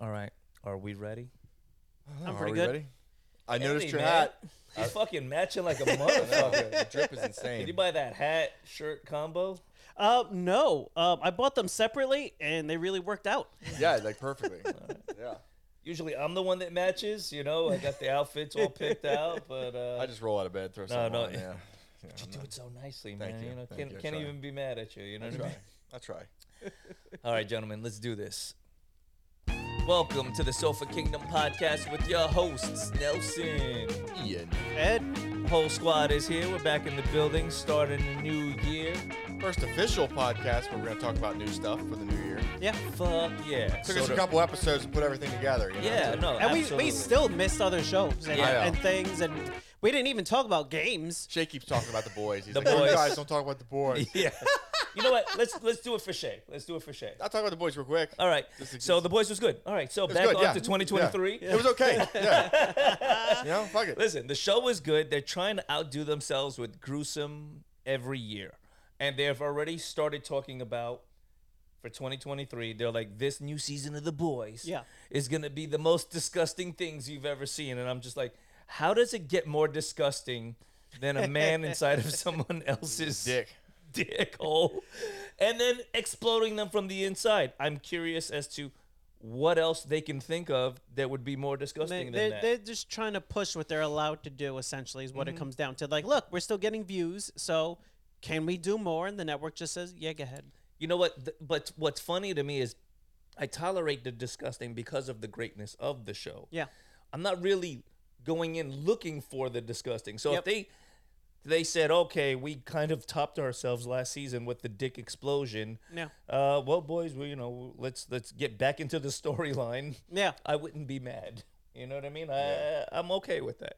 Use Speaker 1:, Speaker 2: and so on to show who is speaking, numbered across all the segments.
Speaker 1: All right. Are we ready? I'm
Speaker 2: Are
Speaker 1: pretty
Speaker 2: we
Speaker 1: good.
Speaker 2: ready? I noticed
Speaker 1: Andy,
Speaker 2: your
Speaker 1: man.
Speaker 2: hat.
Speaker 1: He's fucking matching like a
Speaker 2: Oh,
Speaker 1: motherfucker.
Speaker 2: the drip
Speaker 1: Did
Speaker 2: is
Speaker 1: you
Speaker 2: insane.
Speaker 1: buy that hat shirt combo?
Speaker 3: Uh, no, um, I bought them separately, and they really worked out.
Speaker 2: Yeah, like perfectly. Yeah.
Speaker 1: Usually I'm the one that matches, you know. I got the outfits all picked out, but uh,
Speaker 2: I just roll out of bed, throw something
Speaker 1: no.
Speaker 2: on. Yeah. Yeah,
Speaker 1: you do it so nicely,
Speaker 2: Thank
Speaker 1: man.
Speaker 2: you.
Speaker 1: You know,
Speaker 2: Thank
Speaker 1: can't,
Speaker 2: you. I
Speaker 1: can't
Speaker 2: try.
Speaker 1: even be mad at you. You know
Speaker 2: I
Speaker 1: what I
Speaker 2: try.
Speaker 1: mean?
Speaker 2: I try.
Speaker 1: All right, gentlemen, let's do this. Welcome to the Sofa Kingdom podcast with your hosts, Nelson.
Speaker 2: Ian.
Speaker 3: Ed,
Speaker 1: Whole squad is here. We're back in the building, starting a new year.
Speaker 2: First official podcast where we're going to talk about new stuff for the new year.
Speaker 3: yeah,
Speaker 1: Fuck yeah!
Speaker 2: Took
Speaker 1: So
Speaker 2: us a
Speaker 1: the-
Speaker 2: couple episodes to put everything together. You know,
Speaker 1: Yeah,
Speaker 2: to-
Speaker 1: no,
Speaker 3: and we,
Speaker 1: absolutely.
Speaker 3: we still missed other shows and,
Speaker 1: Yeah.
Speaker 3: and things, and we didn't even talk about games.
Speaker 2: Shay keeps talking about the boys. He's
Speaker 1: The
Speaker 2: like, "Oh, you
Speaker 1: boys."
Speaker 2: guys, don't talk about the boys.
Speaker 1: yeah. You know what? Let's let's do it for Shay. Let's do it for Shay.
Speaker 2: I'll talk about the boys real quick.
Speaker 1: All right.
Speaker 2: This is-
Speaker 1: So the boys was good. All right. So
Speaker 2: It was
Speaker 1: back
Speaker 2: good,
Speaker 1: on
Speaker 2: yeah.
Speaker 1: to 2023.
Speaker 2: Yeah. It was okay. Yeah. you know, fuck it.
Speaker 1: Listen, the show was good. They're trying to outdo themselves with gruesome every year, and they've already started talking about for 2023. They're like, this new season of the boys,
Speaker 3: Yeah.
Speaker 1: is gonna be the most disgusting things you've ever seen. And I'm just like, how does it get more disgusting than a man inside of someone else's
Speaker 2: Dick.
Speaker 1: dick hole and then exploding them from the inside. I'm curious as to what else they can think of that would be more
Speaker 3: They,
Speaker 1: disgusting than
Speaker 3: they're,
Speaker 1: that. Mm-hmm.
Speaker 3: they're just trying to push what they're allowed to do, essentially, is what it comes down to. Like, look, we're still getting views, so can we do more? And the network just says, yeah, go ahead.
Speaker 1: you know what? Th- but what's funny to me is I tolerate the disgusting because of the greatness of the show.
Speaker 3: Yeah.
Speaker 1: I'm not really going in looking for the disgusting. So if
Speaker 3: Yep.
Speaker 1: they they said, okay, we kind of topped ourselves last season with the dick explosion.
Speaker 3: Yeah.
Speaker 1: Uh, well, boys, we you know let's let's get back into the storyline.
Speaker 3: Yeah.
Speaker 1: I wouldn't be mad. You know what I mean? I I'm okay with that.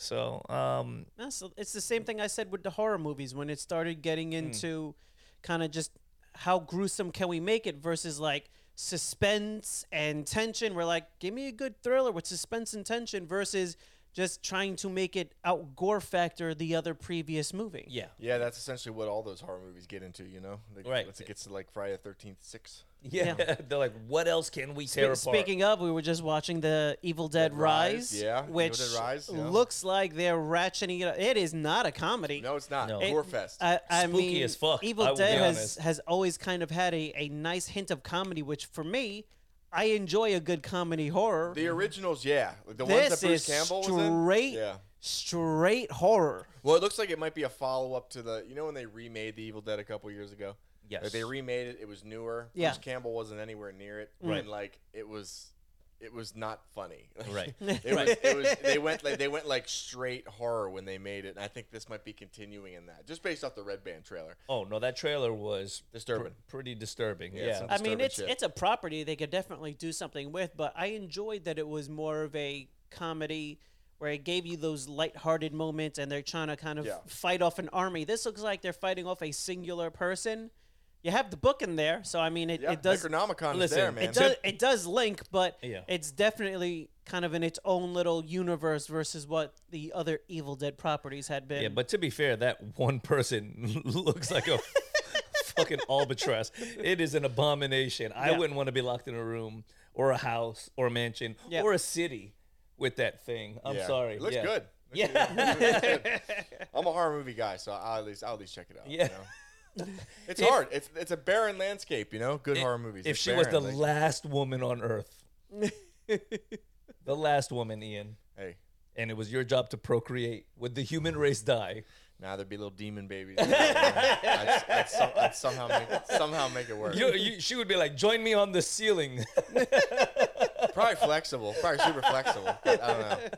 Speaker 1: So, um,
Speaker 3: No, so it's the same thing I said with the horror movies when it started getting
Speaker 2: Hmm.
Speaker 3: into kind of just how gruesome can we make it versus like suspense and tension. We're like, give me a good thriller with suspense and tension versus just trying to make it out gore factor the other previous movie.
Speaker 1: yeah,
Speaker 2: Yeah, that's essentially what all those horror movies get into, you know? Like,
Speaker 1: Right.
Speaker 2: Once it gets to like Friday the 13th, 6.
Speaker 1: yeah. They're like, what else can we tear apart?
Speaker 3: Speaking of, we were just watching the Evil Dead, Rise,
Speaker 2: yeah. Evil
Speaker 3: which
Speaker 2: Dead Rise, yeah.
Speaker 3: looks like they're ratcheting it. up. It is not a comedy.
Speaker 2: No, it's not.
Speaker 1: No.
Speaker 2: Gore fest.
Speaker 3: I, I
Speaker 1: Spooky
Speaker 3: mean,
Speaker 1: as fuck,
Speaker 3: Evil
Speaker 1: I will
Speaker 3: Dead
Speaker 1: be
Speaker 3: has,
Speaker 1: honest.
Speaker 3: has always kind of had a, a nice hint of comedy, which for me, I enjoy a good comedy horror.
Speaker 2: the originals, yeah. Like the ones that
Speaker 3: this
Speaker 2: Bruce
Speaker 3: is
Speaker 2: Campbell was in.
Speaker 3: straight,
Speaker 2: Yeah.
Speaker 3: straight horror.
Speaker 2: Well, it looks like it might be a follow up to the. You know when they remade The Evil Dead a couple years ago?
Speaker 1: Yes.
Speaker 2: Like, they remade it. It was newer.
Speaker 3: Yeah.
Speaker 2: Bruce Campbell wasn't anywhere near it.
Speaker 1: Right.
Speaker 2: And like it was. It was not funny.
Speaker 1: Right.
Speaker 2: Like, It was, it was, they went like they went like straight horror when they made it, and I think this might be continuing in that, just based off the Red Band trailer.
Speaker 1: oh no, that trailer was pr-
Speaker 2: Disturbing.
Speaker 1: pretty disturbing.
Speaker 2: Yeah,
Speaker 1: Yeah,
Speaker 2: some-
Speaker 3: I mean,
Speaker 2: disturbing
Speaker 3: it's
Speaker 2: shit.
Speaker 3: it's a property they could definitely do something with, but I enjoyed that it was more of a comedy where it gave you those lighthearted moments and they're trying to kind of
Speaker 2: Yeah.
Speaker 3: fight off an army. This looks like they're fighting off a singular person. You have the book in there, so I mean, it,
Speaker 2: Yeah,
Speaker 3: it does
Speaker 2: Necronomicon is
Speaker 1: Listen,
Speaker 2: there,
Speaker 1: it
Speaker 2: man.
Speaker 3: It does, it does link, but
Speaker 1: Yeah.
Speaker 3: it's definitely kind of in its own little universe versus what the other Evil Dead properties had been.
Speaker 1: yeah. But to be fair, that one person looks like a fucking albatross. It is an abomination. I
Speaker 3: Yeah.
Speaker 1: wouldn't want to be locked in a room or a house or a mansion
Speaker 3: Yeah.
Speaker 1: or a city with that thing. I'm
Speaker 2: Yeah.
Speaker 1: sorry.
Speaker 2: It looks
Speaker 1: yeah.
Speaker 2: good. Looks
Speaker 1: Yeah.
Speaker 2: good. It looks good. I'm a horror movie guy, so I'll at least I'll at least check it out. you
Speaker 1: Yeah.
Speaker 2: know? It's hard. It's it's a barren landscape, you know. Good horror movies.
Speaker 1: If
Speaker 2: It's
Speaker 1: she was the
Speaker 2: barren, like,
Speaker 1: last woman on Earth, the last woman, Ian,
Speaker 2: hey,
Speaker 1: and it was your job to procreate, would the human race die?
Speaker 2: now there'd be little demon babies. I'd, I'd some- I'd somehow make it, somehow make it work.
Speaker 1: You, you, she would be like, "Join me on the ceiling."
Speaker 2: probably flexible. Probably super flexible. I don't know. I,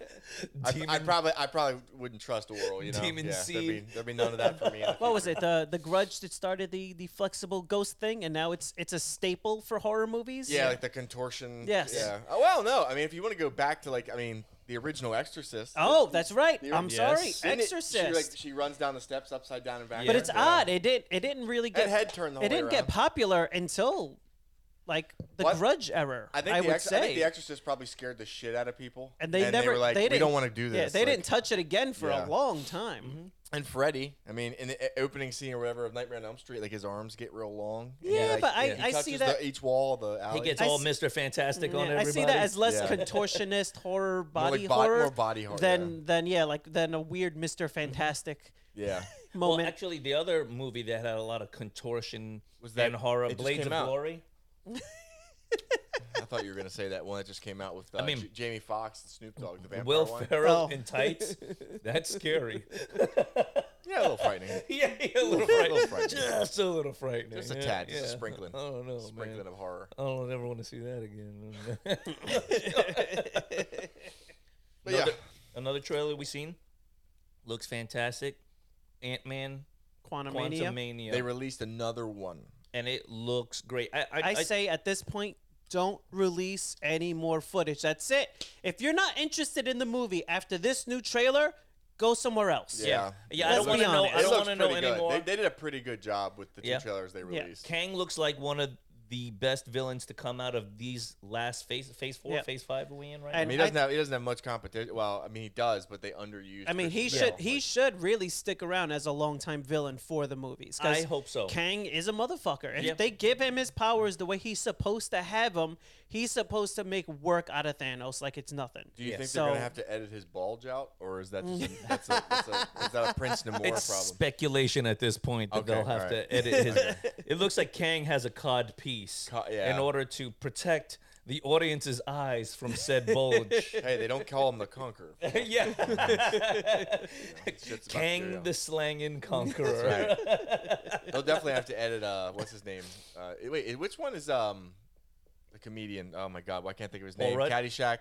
Speaker 2: I
Speaker 1: Demon-
Speaker 2: probably I probably wouldn't trust Oral. You know,
Speaker 1: Demon
Speaker 2: yeah, there'd be,
Speaker 1: seed.
Speaker 2: there'd be none of that for me. in the
Speaker 3: What was
Speaker 2: future.
Speaker 3: it? The the Grudge that started the the flexible ghost thing, and now it's it's a staple for horror movies.
Speaker 2: Yeah, like the contortion.
Speaker 3: Yes.
Speaker 2: Yeah. Oh, well, no. I mean, if you want to go back to like, I mean, the original Exorcist.
Speaker 3: Oh, that's right.
Speaker 2: The-
Speaker 3: I'm
Speaker 1: Yes.
Speaker 3: sorry,
Speaker 2: Didn't it-
Speaker 3: Exorcist.
Speaker 2: She, like, she runs down the steps upside down and back.
Speaker 3: but
Speaker 1: Yeah.
Speaker 3: it's odd. It didn't. It didn't really
Speaker 2: That
Speaker 3: get.
Speaker 2: head turned the whole
Speaker 3: it
Speaker 2: way
Speaker 3: didn't get
Speaker 2: around.
Speaker 3: popular until like the
Speaker 2: Well, I-
Speaker 3: Grudge error. I,
Speaker 2: I think, the
Speaker 3: would
Speaker 2: Ex-
Speaker 3: say.
Speaker 2: I think The Exorcist probably scared the shit out of people.
Speaker 3: and they never
Speaker 2: were like,
Speaker 3: they
Speaker 2: we
Speaker 3: didn't-
Speaker 2: don't want to do this.
Speaker 3: Yeah, they
Speaker 2: Like-
Speaker 3: didn't touch it again for
Speaker 2: Yeah.
Speaker 3: a long time.
Speaker 1: Mm-hmm.
Speaker 2: And Freddy, I mean, in the uh, opening scene or whatever of Nightmare on Elm Street, like his arms get real long. and he,
Speaker 3: Yeah,
Speaker 2: like-
Speaker 3: but I-
Speaker 2: he
Speaker 3: I see
Speaker 2: touches
Speaker 3: that-
Speaker 2: the, each wall, of the alley.
Speaker 1: He gets
Speaker 3: I
Speaker 1: all
Speaker 3: s-
Speaker 1: Mr. Fantastic on
Speaker 3: Yeah,
Speaker 1: everybody.
Speaker 3: I see that as less
Speaker 2: Yeah.
Speaker 3: contortionist horror
Speaker 2: like
Speaker 3: body
Speaker 2: bo-
Speaker 3: horror,
Speaker 2: more body horror,
Speaker 3: than than yeah like than a weird Mister Fantastic
Speaker 2: yeah.
Speaker 1: Well,
Speaker 3: moment.
Speaker 1: actually, the other movie that had a lot of contortion
Speaker 2: Was that-
Speaker 1: and horror,
Speaker 2: it just
Speaker 1: Blades
Speaker 2: came
Speaker 1: of
Speaker 2: out.
Speaker 1: Glory.
Speaker 2: I thought you were gonna say that one that just came out with uh,
Speaker 1: I mean-
Speaker 2: J- Jamie Foxx and Snoop Dogg, the vampire
Speaker 1: Will
Speaker 2: one.
Speaker 1: Ferrell
Speaker 3: Oh.
Speaker 1: in tights. That's scary.
Speaker 2: Yeah, a little frightening.
Speaker 1: yeah, yeah, a little
Speaker 2: little
Speaker 1: frightening.
Speaker 2: frightening.
Speaker 1: Just a little frightening.
Speaker 2: Just a
Speaker 1: yeah,
Speaker 2: tad, just a
Speaker 1: yeah.
Speaker 2: sprinkling.
Speaker 1: I don't
Speaker 3: Oh,
Speaker 1: know,
Speaker 2: Sprinkling
Speaker 1: man.
Speaker 2: of horror.
Speaker 1: I don't ever want to see that again.
Speaker 2: But yeah,
Speaker 1: Another, another trailer we seen looks fantastic. Ant Man,
Speaker 3: Quantumania.
Speaker 1: Quantumania,
Speaker 2: they released another one.
Speaker 1: and it looks great. I, I,
Speaker 3: I say at this point, don't release any more footage. That's it. If you're not interested in the movie after this new trailer, go somewhere else.
Speaker 1: yeah,
Speaker 2: Yeah.
Speaker 1: yeah. I
Speaker 3: Let's
Speaker 1: don't want
Speaker 3: be
Speaker 1: to know.
Speaker 3: honest.
Speaker 1: I
Speaker 2: It
Speaker 1: don't
Speaker 2: looks
Speaker 1: want to know
Speaker 2: pretty good.
Speaker 1: anymore.
Speaker 2: They, they did a pretty good job with the two
Speaker 1: Yeah.
Speaker 2: trailers they
Speaker 3: Yeah.
Speaker 2: released.
Speaker 1: Kang looks like one of the best villains to come out of these last phase, phase four,
Speaker 3: Yeah.
Speaker 1: phase five. Are we in right
Speaker 2: I
Speaker 3: And-
Speaker 1: now?
Speaker 2: mean, he
Speaker 3: I-
Speaker 2: doesn't have he doesn't have much competition. Well, I mean, he does, but they underused.
Speaker 3: I mean, he
Speaker 2: Christian
Speaker 3: should
Speaker 2: Bale.
Speaker 3: he
Speaker 2: Like,
Speaker 3: should really stick around as a longtime villain for the movies. 'cause
Speaker 1: I hope so.
Speaker 3: Kang is a motherfucker. If
Speaker 1: Yeah.
Speaker 3: they give him his powers the way he's supposed to have them, he's supposed to make work out of Thanos like it's nothing.
Speaker 2: Do you think
Speaker 3: so,
Speaker 2: they're gonna have to edit his bulge out, or is that just a, that's a, that's a, is that a Prince Namor
Speaker 1: Mm. It's
Speaker 2: problem?
Speaker 1: speculation at this point that
Speaker 2: Okay,
Speaker 1: they'll have
Speaker 2: alright.
Speaker 1: to edit his. it looks like Kang has a cod piece
Speaker 2: Co- yeah.
Speaker 1: in order to protect the audience's eyes from said bulge.
Speaker 2: hey, they don't call him the Conqueror.
Speaker 1: yeah.
Speaker 2: Shit's about to
Speaker 1: Kang
Speaker 2: go
Speaker 1: the
Speaker 2: down.
Speaker 1: slangin' conqueror.
Speaker 2: Right. They'll definitely have to edit. Uh, what's his name? Uh, wait, eh, which one is um the comedian? Oh my God, why can't I think of his
Speaker 1: Paul
Speaker 2: name?
Speaker 1: Rudd?
Speaker 2: Caddyshack.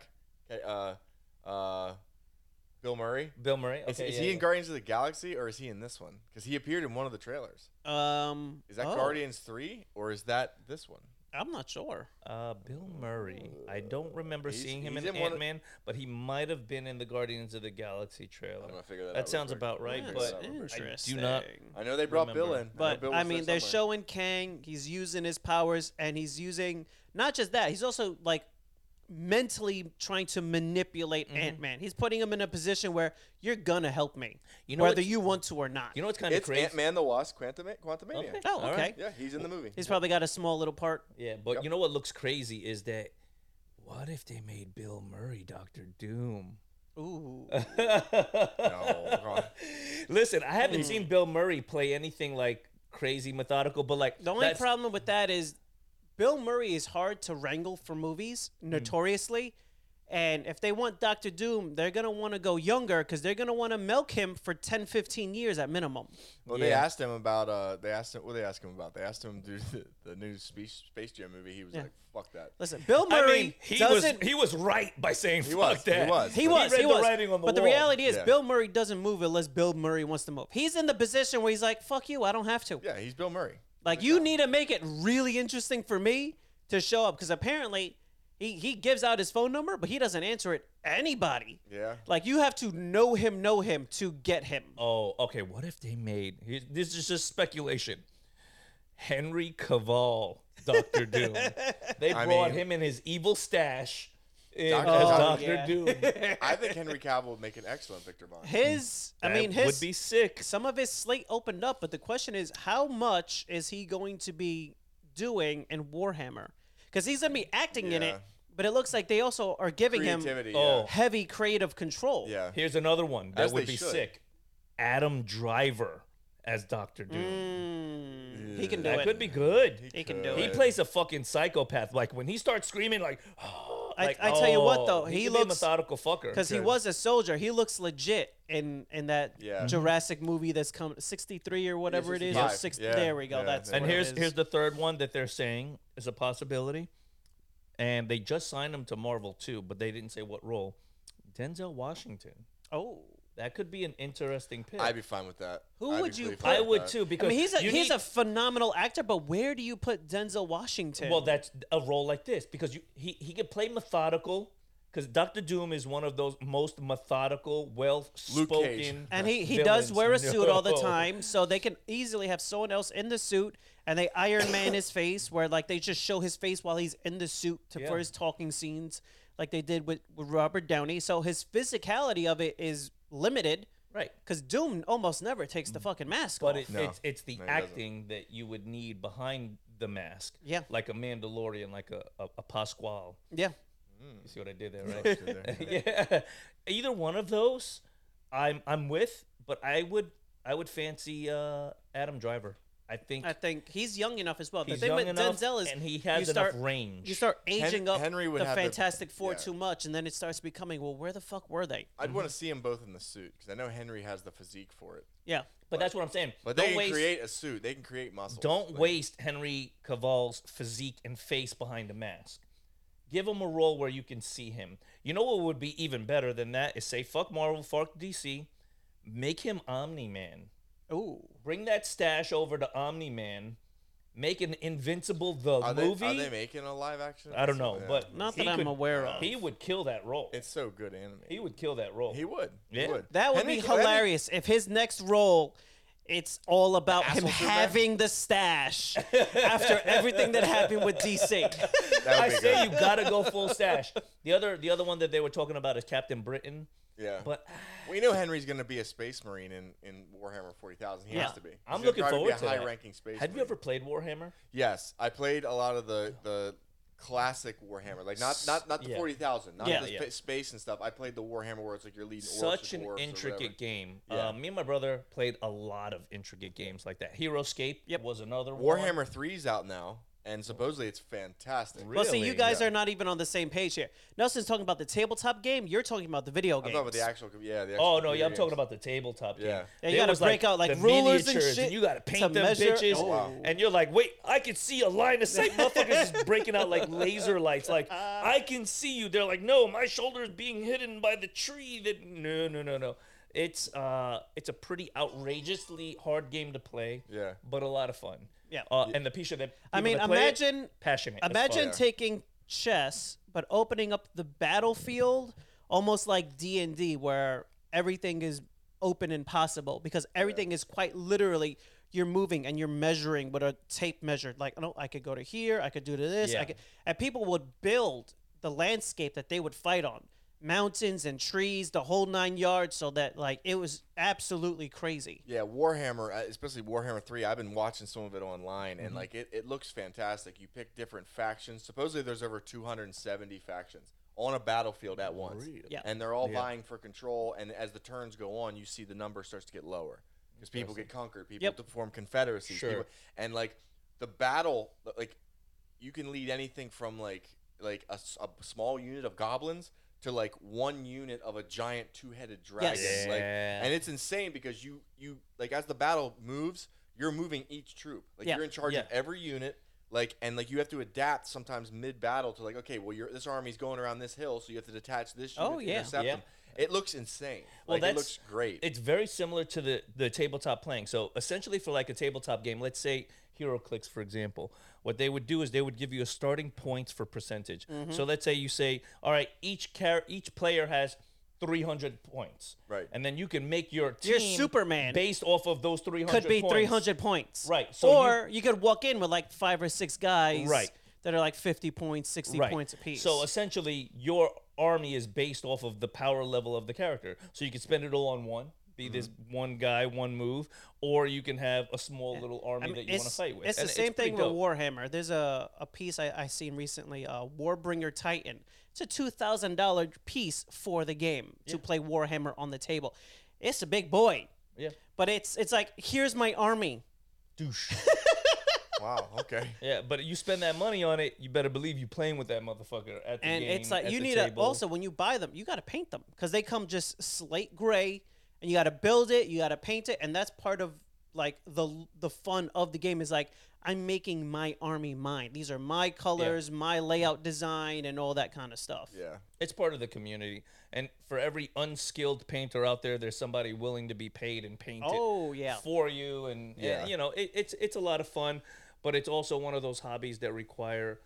Speaker 2: Uh, uh, Bill Murray.
Speaker 1: Bill Murray.
Speaker 2: Is,
Speaker 1: Okay,
Speaker 2: is
Speaker 1: yeah,
Speaker 2: he
Speaker 1: yeah.
Speaker 2: in Guardians of the Galaxy or is he in this one? Because he appeared in one of the trailers.
Speaker 3: Um,
Speaker 2: Is that
Speaker 3: oh,
Speaker 2: Guardians Three or is that this one?
Speaker 3: I'm not sure.
Speaker 1: Uh, Bill Murray. I don't remember
Speaker 2: He's-
Speaker 1: seeing him
Speaker 2: he's
Speaker 1: in,
Speaker 2: in one of-
Speaker 1: Ant Man, but but he might have been in the Guardians of the Galaxy trailer.
Speaker 2: I'm gonna figure that out real
Speaker 1: That sounds
Speaker 2: quick.
Speaker 1: about right,
Speaker 2: figure
Speaker 3: That's
Speaker 2: that out
Speaker 1: but
Speaker 2: real quick.
Speaker 1: I do not-
Speaker 3: interesting.
Speaker 2: I know they brought Bill
Speaker 1: Remember.
Speaker 2: in. know
Speaker 3: But
Speaker 2: Bill
Speaker 3: I
Speaker 2: was there
Speaker 3: mean, they're
Speaker 2: somewhere.
Speaker 3: showing Kang. He's using his powers, and he's using not just that. He's also like mentally trying to manipulate
Speaker 1: Mm-hmm.
Speaker 3: Ant Man. He's putting him in a position where you're gonna help me,
Speaker 1: You know
Speaker 3: whether
Speaker 1: what-
Speaker 3: you want to or not.
Speaker 1: You know what's kind of
Speaker 2: It's
Speaker 1: crazy?
Speaker 2: Ant Man the Wasp, Quantum Quantumania.
Speaker 1: Okay.
Speaker 3: oh,
Speaker 1: All
Speaker 3: okay.
Speaker 1: right.
Speaker 2: Yeah, he's in the movie.
Speaker 3: He's probably got a small little part.
Speaker 1: Yeah, but
Speaker 2: Yep.
Speaker 1: you know what looks crazy is that what if they made Bill Murray Doctor Doom?
Speaker 3: Ooh,
Speaker 1: Uh,
Speaker 2: No, Oh, God.
Speaker 1: Listen, I
Speaker 3: Hmm.
Speaker 1: haven't seen Bill Murray play anything like crazy methodical, but like
Speaker 3: the only
Speaker 1: that's-
Speaker 3: problem with that is Bill Murray is hard to wrangle for movies,
Speaker 1: Hmm.
Speaker 3: notoriously. And if they want Doctor Doom, they're going to want to go younger because they're going to want to milk him for 10, 15 years at minimum.
Speaker 2: Well, they
Speaker 1: Yeah.
Speaker 2: asked him about. Uh, they asked him. What they asked him about? They asked him to do the, the new Space Space Jam movie. He was like, "Fuck that."
Speaker 3: Listen, Bill
Speaker 1: I
Speaker 3: Murray
Speaker 1: mean, he was
Speaker 3: doesn't.
Speaker 1: he was right by saying fuck
Speaker 2: was, he
Speaker 1: that.
Speaker 2: was.
Speaker 3: he was. He,
Speaker 1: read the
Speaker 3: was.
Speaker 1: writing on the
Speaker 3: but the
Speaker 1: wall.
Speaker 3: reality is,
Speaker 2: Yeah.
Speaker 3: Bill Murray doesn't move unless Bill Murray wants to move. He's in the position where he's like, "Fuck you, I don't have to."
Speaker 2: Yeah, he's Bill Murray.
Speaker 3: Like, you need to make it really interesting for me to show up because apparently, he he gives out his phone number, but he doesn't answer it anybody.
Speaker 2: Yeah.
Speaker 3: Like, you have to know him, know him to get him.
Speaker 1: Oh, okay. What if they made here- this is just speculation? Henry Cavill, Doctor Doom. They
Speaker 2: I
Speaker 1: brought
Speaker 2: mean-
Speaker 1: him in his evil stash in
Speaker 2: Doctor-
Speaker 1: as
Speaker 2: Oh,
Speaker 1: Doctor
Speaker 3: yeah.
Speaker 1: Doom.
Speaker 2: I think Henry Cavill would make an excellent Victor Von.
Speaker 3: His, I mean,
Speaker 1: That
Speaker 3: his
Speaker 1: would be sick.
Speaker 3: some of his slate opened up, but the question is, how much is he going to be doing in Warhammer? Because he's going to be acting in
Speaker 2: Yeah.
Speaker 3: it, but it looks like they also are giving
Speaker 2: Creativity.
Speaker 3: him
Speaker 1: Oh.
Speaker 3: heavy creative control.
Speaker 2: Yeah. yeah.
Speaker 1: Here's another one that
Speaker 2: As
Speaker 1: would
Speaker 2: they
Speaker 1: be
Speaker 2: should.
Speaker 1: sick. Adam Driver as Doctor Doom.
Speaker 3: Mm, he can do
Speaker 1: that
Speaker 3: it.
Speaker 1: could be good.
Speaker 3: He can do
Speaker 1: He
Speaker 3: it.
Speaker 1: plays a fucking psychopath. Like when he starts screaming, like,
Speaker 3: I-
Speaker 1: like,
Speaker 3: I tell you what,
Speaker 1: oh,
Speaker 3: though,
Speaker 1: he,
Speaker 3: he
Speaker 1: could be a
Speaker 3: looks-
Speaker 1: methodical fucker.
Speaker 3: Because he
Speaker 2: Good.
Speaker 3: was a soldier, he looks legit in in that
Speaker 1: Mm-hmm.
Speaker 2: Yeah.
Speaker 3: Jurassic movie that's come sixty three or whatever it is. Or
Speaker 2: 65.
Speaker 3: six,
Speaker 2: Yeah.
Speaker 3: There we go.
Speaker 2: Yeah,
Speaker 3: That's
Speaker 2: yeah.
Speaker 1: And
Speaker 3: what it
Speaker 1: here's
Speaker 3: is.
Speaker 1: here's the third one that they're saying is a possibility, and they just signed him to Marvel too, but they didn't say what role. Denzel Washington.
Speaker 3: oh,
Speaker 1: That could be an interesting pick.
Speaker 2: I'd be fine with that.
Speaker 3: Who
Speaker 2: I'd be
Speaker 3: would you
Speaker 2: really
Speaker 3: put?
Speaker 2: fine
Speaker 1: I
Speaker 2: with
Speaker 1: would
Speaker 2: that.
Speaker 1: too
Speaker 3: I
Speaker 1: because
Speaker 3: mean he's a
Speaker 1: you
Speaker 3: he's
Speaker 1: need-
Speaker 3: a phenomenal actor, but where do you put Denzel Washington?
Speaker 1: well. That's a role like this because you he he could play methodical. because Doctor Doom is one of those most methodical, well-spoken,
Speaker 3: And he, he does
Speaker 1: villains.
Speaker 3: wear a suit all the
Speaker 1: No.
Speaker 3: time, so they can easily have someone else in the suit and they Iron Man his face, where like they just show his face while he's in the suit to,
Speaker 1: Yeah.
Speaker 3: for his talking scenes, like they did with, with Robert Downey. So his physicality of it is limited,
Speaker 1: Right. Mm.
Speaker 3: because Doom almost never takes the fucking mask
Speaker 1: But
Speaker 3: off.
Speaker 1: it,
Speaker 2: No.
Speaker 1: it's it's the
Speaker 2: No, it doesn't.
Speaker 1: acting that you would need behind the mask.
Speaker 3: Yeah.
Speaker 1: Like a Mandalorian, like a, a, a Pasquale.
Speaker 3: yeah,
Speaker 1: You see what I did there,
Speaker 2: Yeah,
Speaker 1: right?
Speaker 2: there.
Speaker 1: yeah. Either one of those, I'm I'm with, but I would I would fancy uh, Adam Driver. I think
Speaker 3: I think he's young enough as well.
Speaker 1: he's
Speaker 3: the thing
Speaker 1: young
Speaker 3: with
Speaker 1: enough,
Speaker 3: Denzel is
Speaker 1: and he
Speaker 3: you
Speaker 1: has
Speaker 3: start,
Speaker 1: enough range.
Speaker 3: You start aging up
Speaker 2: Henry would
Speaker 3: the
Speaker 2: have the-
Speaker 3: Fantastic Four
Speaker 2: yeah.
Speaker 3: too much, and then it starts becoming, well, where the fuck were they?
Speaker 2: I'd
Speaker 1: Mhm.
Speaker 2: want to see them both in the suit because I know Henry has the physique for it.
Speaker 3: Yeah.
Speaker 1: but that's what I'm saying.
Speaker 2: But
Speaker 1: don't
Speaker 2: they can
Speaker 1: waste,
Speaker 2: create a suit. They can create muscles.
Speaker 1: Don't
Speaker 2: Like,
Speaker 1: waste Henry Cavill's physique and face behind a mask. Give him a role where you can see him. You know what would be even better than that is say fuck Marvel, fuck DC, make him Omni Man.
Speaker 3: Ooh.
Speaker 1: Bring that stash over to Omni Man, make an Invincible the
Speaker 2: Are they,
Speaker 1: movie.
Speaker 2: are they making a live action?
Speaker 1: I don't know,
Speaker 2: Yeah.
Speaker 1: but
Speaker 3: Not
Speaker 1: he
Speaker 3: that I'm
Speaker 1: could-
Speaker 3: aware of.
Speaker 1: He would kill that role.
Speaker 2: it's so good anime.
Speaker 1: he would kill that role.
Speaker 2: He would.
Speaker 1: Yeah.
Speaker 2: He would.
Speaker 3: That would
Speaker 2: Henry-
Speaker 3: be
Speaker 2: Henry-
Speaker 3: hilarious if his next role, it's all about him
Speaker 2: asshole Superman?
Speaker 3: having the stash after everything that happened with DC.
Speaker 2: That
Speaker 1: I
Speaker 2: would be
Speaker 1: say you
Speaker 2: good.
Speaker 1: gotta go full stash. The other, the other one that they were talking about is Captain Britain,
Speaker 2: Yeah.
Speaker 1: but
Speaker 2: We know Henry's going to be a space marine in, in Warhammer 40,000. He
Speaker 3: Yeah.
Speaker 2: has to be. He's
Speaker 1: I'm
Speaker 2: gonna
Speaker 1: looking
Speaker 2: try
Speaker 1: forward
Speaker 2: to
Speaker 1: to
Speaker 2: be a
Speaker 1: that.
Speaker 2: high-ranking space.
Speaker 1: have you
Speaker 2: marine.
Speaker 1: ever played Warhammer?
Speaker 2: Yes, I played a lot of the the classic Warhammer, like not not not the
Speaker 1: Yeah.
Speaker 2: 40,000, not
Speaker 3: Yeah.
Speaker 2: the
Speaker 1: Yeah.
Speaker 2: spa- space and stuff. I played the Warhammer where it's like you're leading orcs
Speaker 1: Such
Speaker 2: or
Speaker 1: an
Speaker 2: dwarves or whatever.
Speaker 1: intricate game.
Speaker 2: Yeah.
Speaker 1: Uh, me and my brother played a lot of intricate games like that. HeroScape
Speaker 3: Yep.
Speaker 1: was another
Speaker 2: Warhammer 3's out now, and supposedly it's fantastic.
Speaker 1: Really?
Speaker 3: Well, see, you guys
Speaker 2: Yeah.
Speaker 3: are not even on the same page here. Nelson's talking about the tabletop game. You're talking about the video
Speaker 2: I'm
Speaker 3: game.
Speaker 2: talking about the actual, yeah. The actual
Speaker 1: Oh no, yeah,
Speaker 2: computer
Speaker 1: I'm talking
Speaker 2: games.
Speaker 1: about the tabletop game.
Speaker 2: Yeah.
Speaker 3: Yeah, you
Speaker 1: There
Speaker 3: gotta
Speaker 1: was,
Speaker 3: break out, like,
Speaker 1: the
Speaker 3: rulers and
Speaker 1: miniatures,
Speaker 3: shit
Speaker 1: you gotta
Speaker 3: to
Speaker 1: paint them
Speaker 3: measure-
Speaker 1: bitches,
Speaker 3: Oh,
Speaker 2: wow.
Speaker 1: and you're like, wait, I can see a line of sight. Motherfuckers is breaking out like laser lights, like I can see you. They're like, no, my shoulder is being hidden by the tree. That no, no, no, no. It's uh, it's a pretty outrageously hard game to play.
Speaker 2: Yeah.
Speaker 1: but a lot of fun.
Speaker 3: Yeah.
Speaker 1: uh, and the picture that
Speaker 3: I mean,
Speaker 1: people that play it,
Speaker 3: imagine
Speaker 1: passionate. as
Speaker 3: imagine
Speaker 1: fuck.
Speaker 3: taking chess but opening up the battlefield almost like d&d where everything is open and possible because everything is quite literally you're moving and you're measuring what a tape measured like oh, i could go to here i could do to this I
Speaker 1: Yeah.
Speaker 3: could, and people would build the landscape that they would fight on mountains and trees the whole nine yards so that like it was absolutely crazy
Speaker 2: Yeah, Warhammer, uh, especially Warhammer 3, I've been watching some of it online and like it, it looks fantastic. You pick different factions. Supposedly there's over 270 factions on a battlefield at once.
Speaker 3: Yeah.
Speaker 2: And they're all vying for control and as the turns go on, you see the number starts to get lower because people get conquered, people
Speaker 3: Yep.
Speaker 2: to form confederacies,
Speaker 1: Sure.
Speaker 2: people, and like the battle like you can lead anything from like like a, s- a small unit of goblins to like one unit of a giant two-headed dragon
Speaker 3: Yes.
Speaker 2: like
Speaker 1: Yeah.
Speaker 2: and it's insane because you you like as the battle moves you're moving each troop like
Speaker 3: Yeah.
Speaker 2: you're in charge of
Speaker 1: Yeah.
Speaker 2: every unit like and like you have to adapt sometimes mid battle to like okay well your this army's going around this hill so you have to detach this unit
Speaker 3: Oh,
Speaker 2: to
Speaker 3: yeah.
Speaker 2: intercept
Speaker 1: Yeah.
Speaker 2: them it looks insane
Speaker 1: Well,
Speaker 2: like it
Speaker 1: that's-
Speaker 2: looks great
Speaker 1: it's very similar to the the tabletop playing. So essentially, for like a tabletop game, let's say HeroClix, for example, what they would do is they would give you a starting points for percentage.
Speaker 2: Mm-hmm.
Speaker 1: So let's say you say, all right, each car- each player has. 300 points.
Speaker 2: Right.
Speaker 1: And then you can make your team
Speaker 3: You're Superman.
Speaker 1: based off of those 300
Speaker 3: could be
Speaker 1: points.
Speaker 3: 300 points.
Speaker 1: Right, so
Speaker 3: or you, could walk in with like five or six guys
Speaker 1: Right.
Speaker 3: that are like 50 points, 60 points apiece.
Speaker 1: So essentially, your army is based off of the power level of the character. So you can spend it all on one, be
Speaker 3: Mm-hmm.
Speaker 1: this one guy, one move, or you can have a small little army
Speaker 3: I mean,
Speaker 1: that you want to
Speaker 3: Um, it's-
Speaker 1: fight with.
Speaker 3: It's
Speaker 1: And
Speaker 3: the same
Speaker 1: pretty
Speaker 3: thing
Speaker 1: dope.
Speaker 3: with Warhammer. There's a, a piece I, I seen recently, uh, Warbringer Titan. It's a $2,000 piece for the game to play Warhammer on the table. It's a big boy,
Speaker 1: Yeah.
Speaker 3: but it's it's like, here's my army.
Speaker 1: Douche.
Speaker 2: wow okay
Speaker 1: yeah, but you spend that money on it, you better believe you playing with that motherfucker at the
Speaker 3: and
Speaker 1: game.
Speaker 3: it's like
Speaker 1: at
Speaker 3: you
Speaker 1: the
Speaker 3: need to
Speaker 1: table.
Speaker 3: also when you buy them you got to paint them because they come just slate gray and you got to build it you got to paint it and that's part of like the the fun of the game is like i'm making my army mine these are my colors my layout design and all that kind of stuff
Speaker 2: yeah
Speaker 1: It's part of the community, and for every unskilled painter out there, there's somebody willing to be paid and paint it
Speaker 3: Oh, yeah.
Speaker 1: for you, and, and,
Speaker 2: Yeah.
Speaker 1: you know it, it's it's a lot of fun, but it's also one of those hobbies that require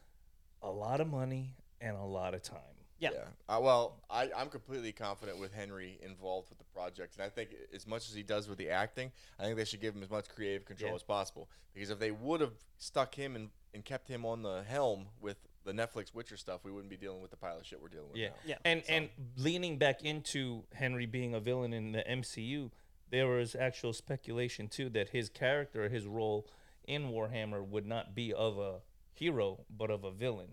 Speaker 1: a lot of money and a lot of time.
Speaker 3: Yeah.
Speaker 2: Uh, well, I, I'm completely confident with Henry involved with the project, and I think as much as he does with the acting, I think they should give him as much creative control
Speaker 1: Yeah.
Speaker 2: as possible. Because if they would have stuck him and, and kept him on the helm with the Netflix Witcher stuff, we wouldn't be dealing with the pile of shit we're dealing with
Speaker 1: Yeah.
Speaker 2: now.
Speaker 3: Yeah.
Speaker 1: And and leaning back into Henry being a villain in the MCU, there was actual speculation too that his character, his role in Warhammer would not be of a hero but of a villain.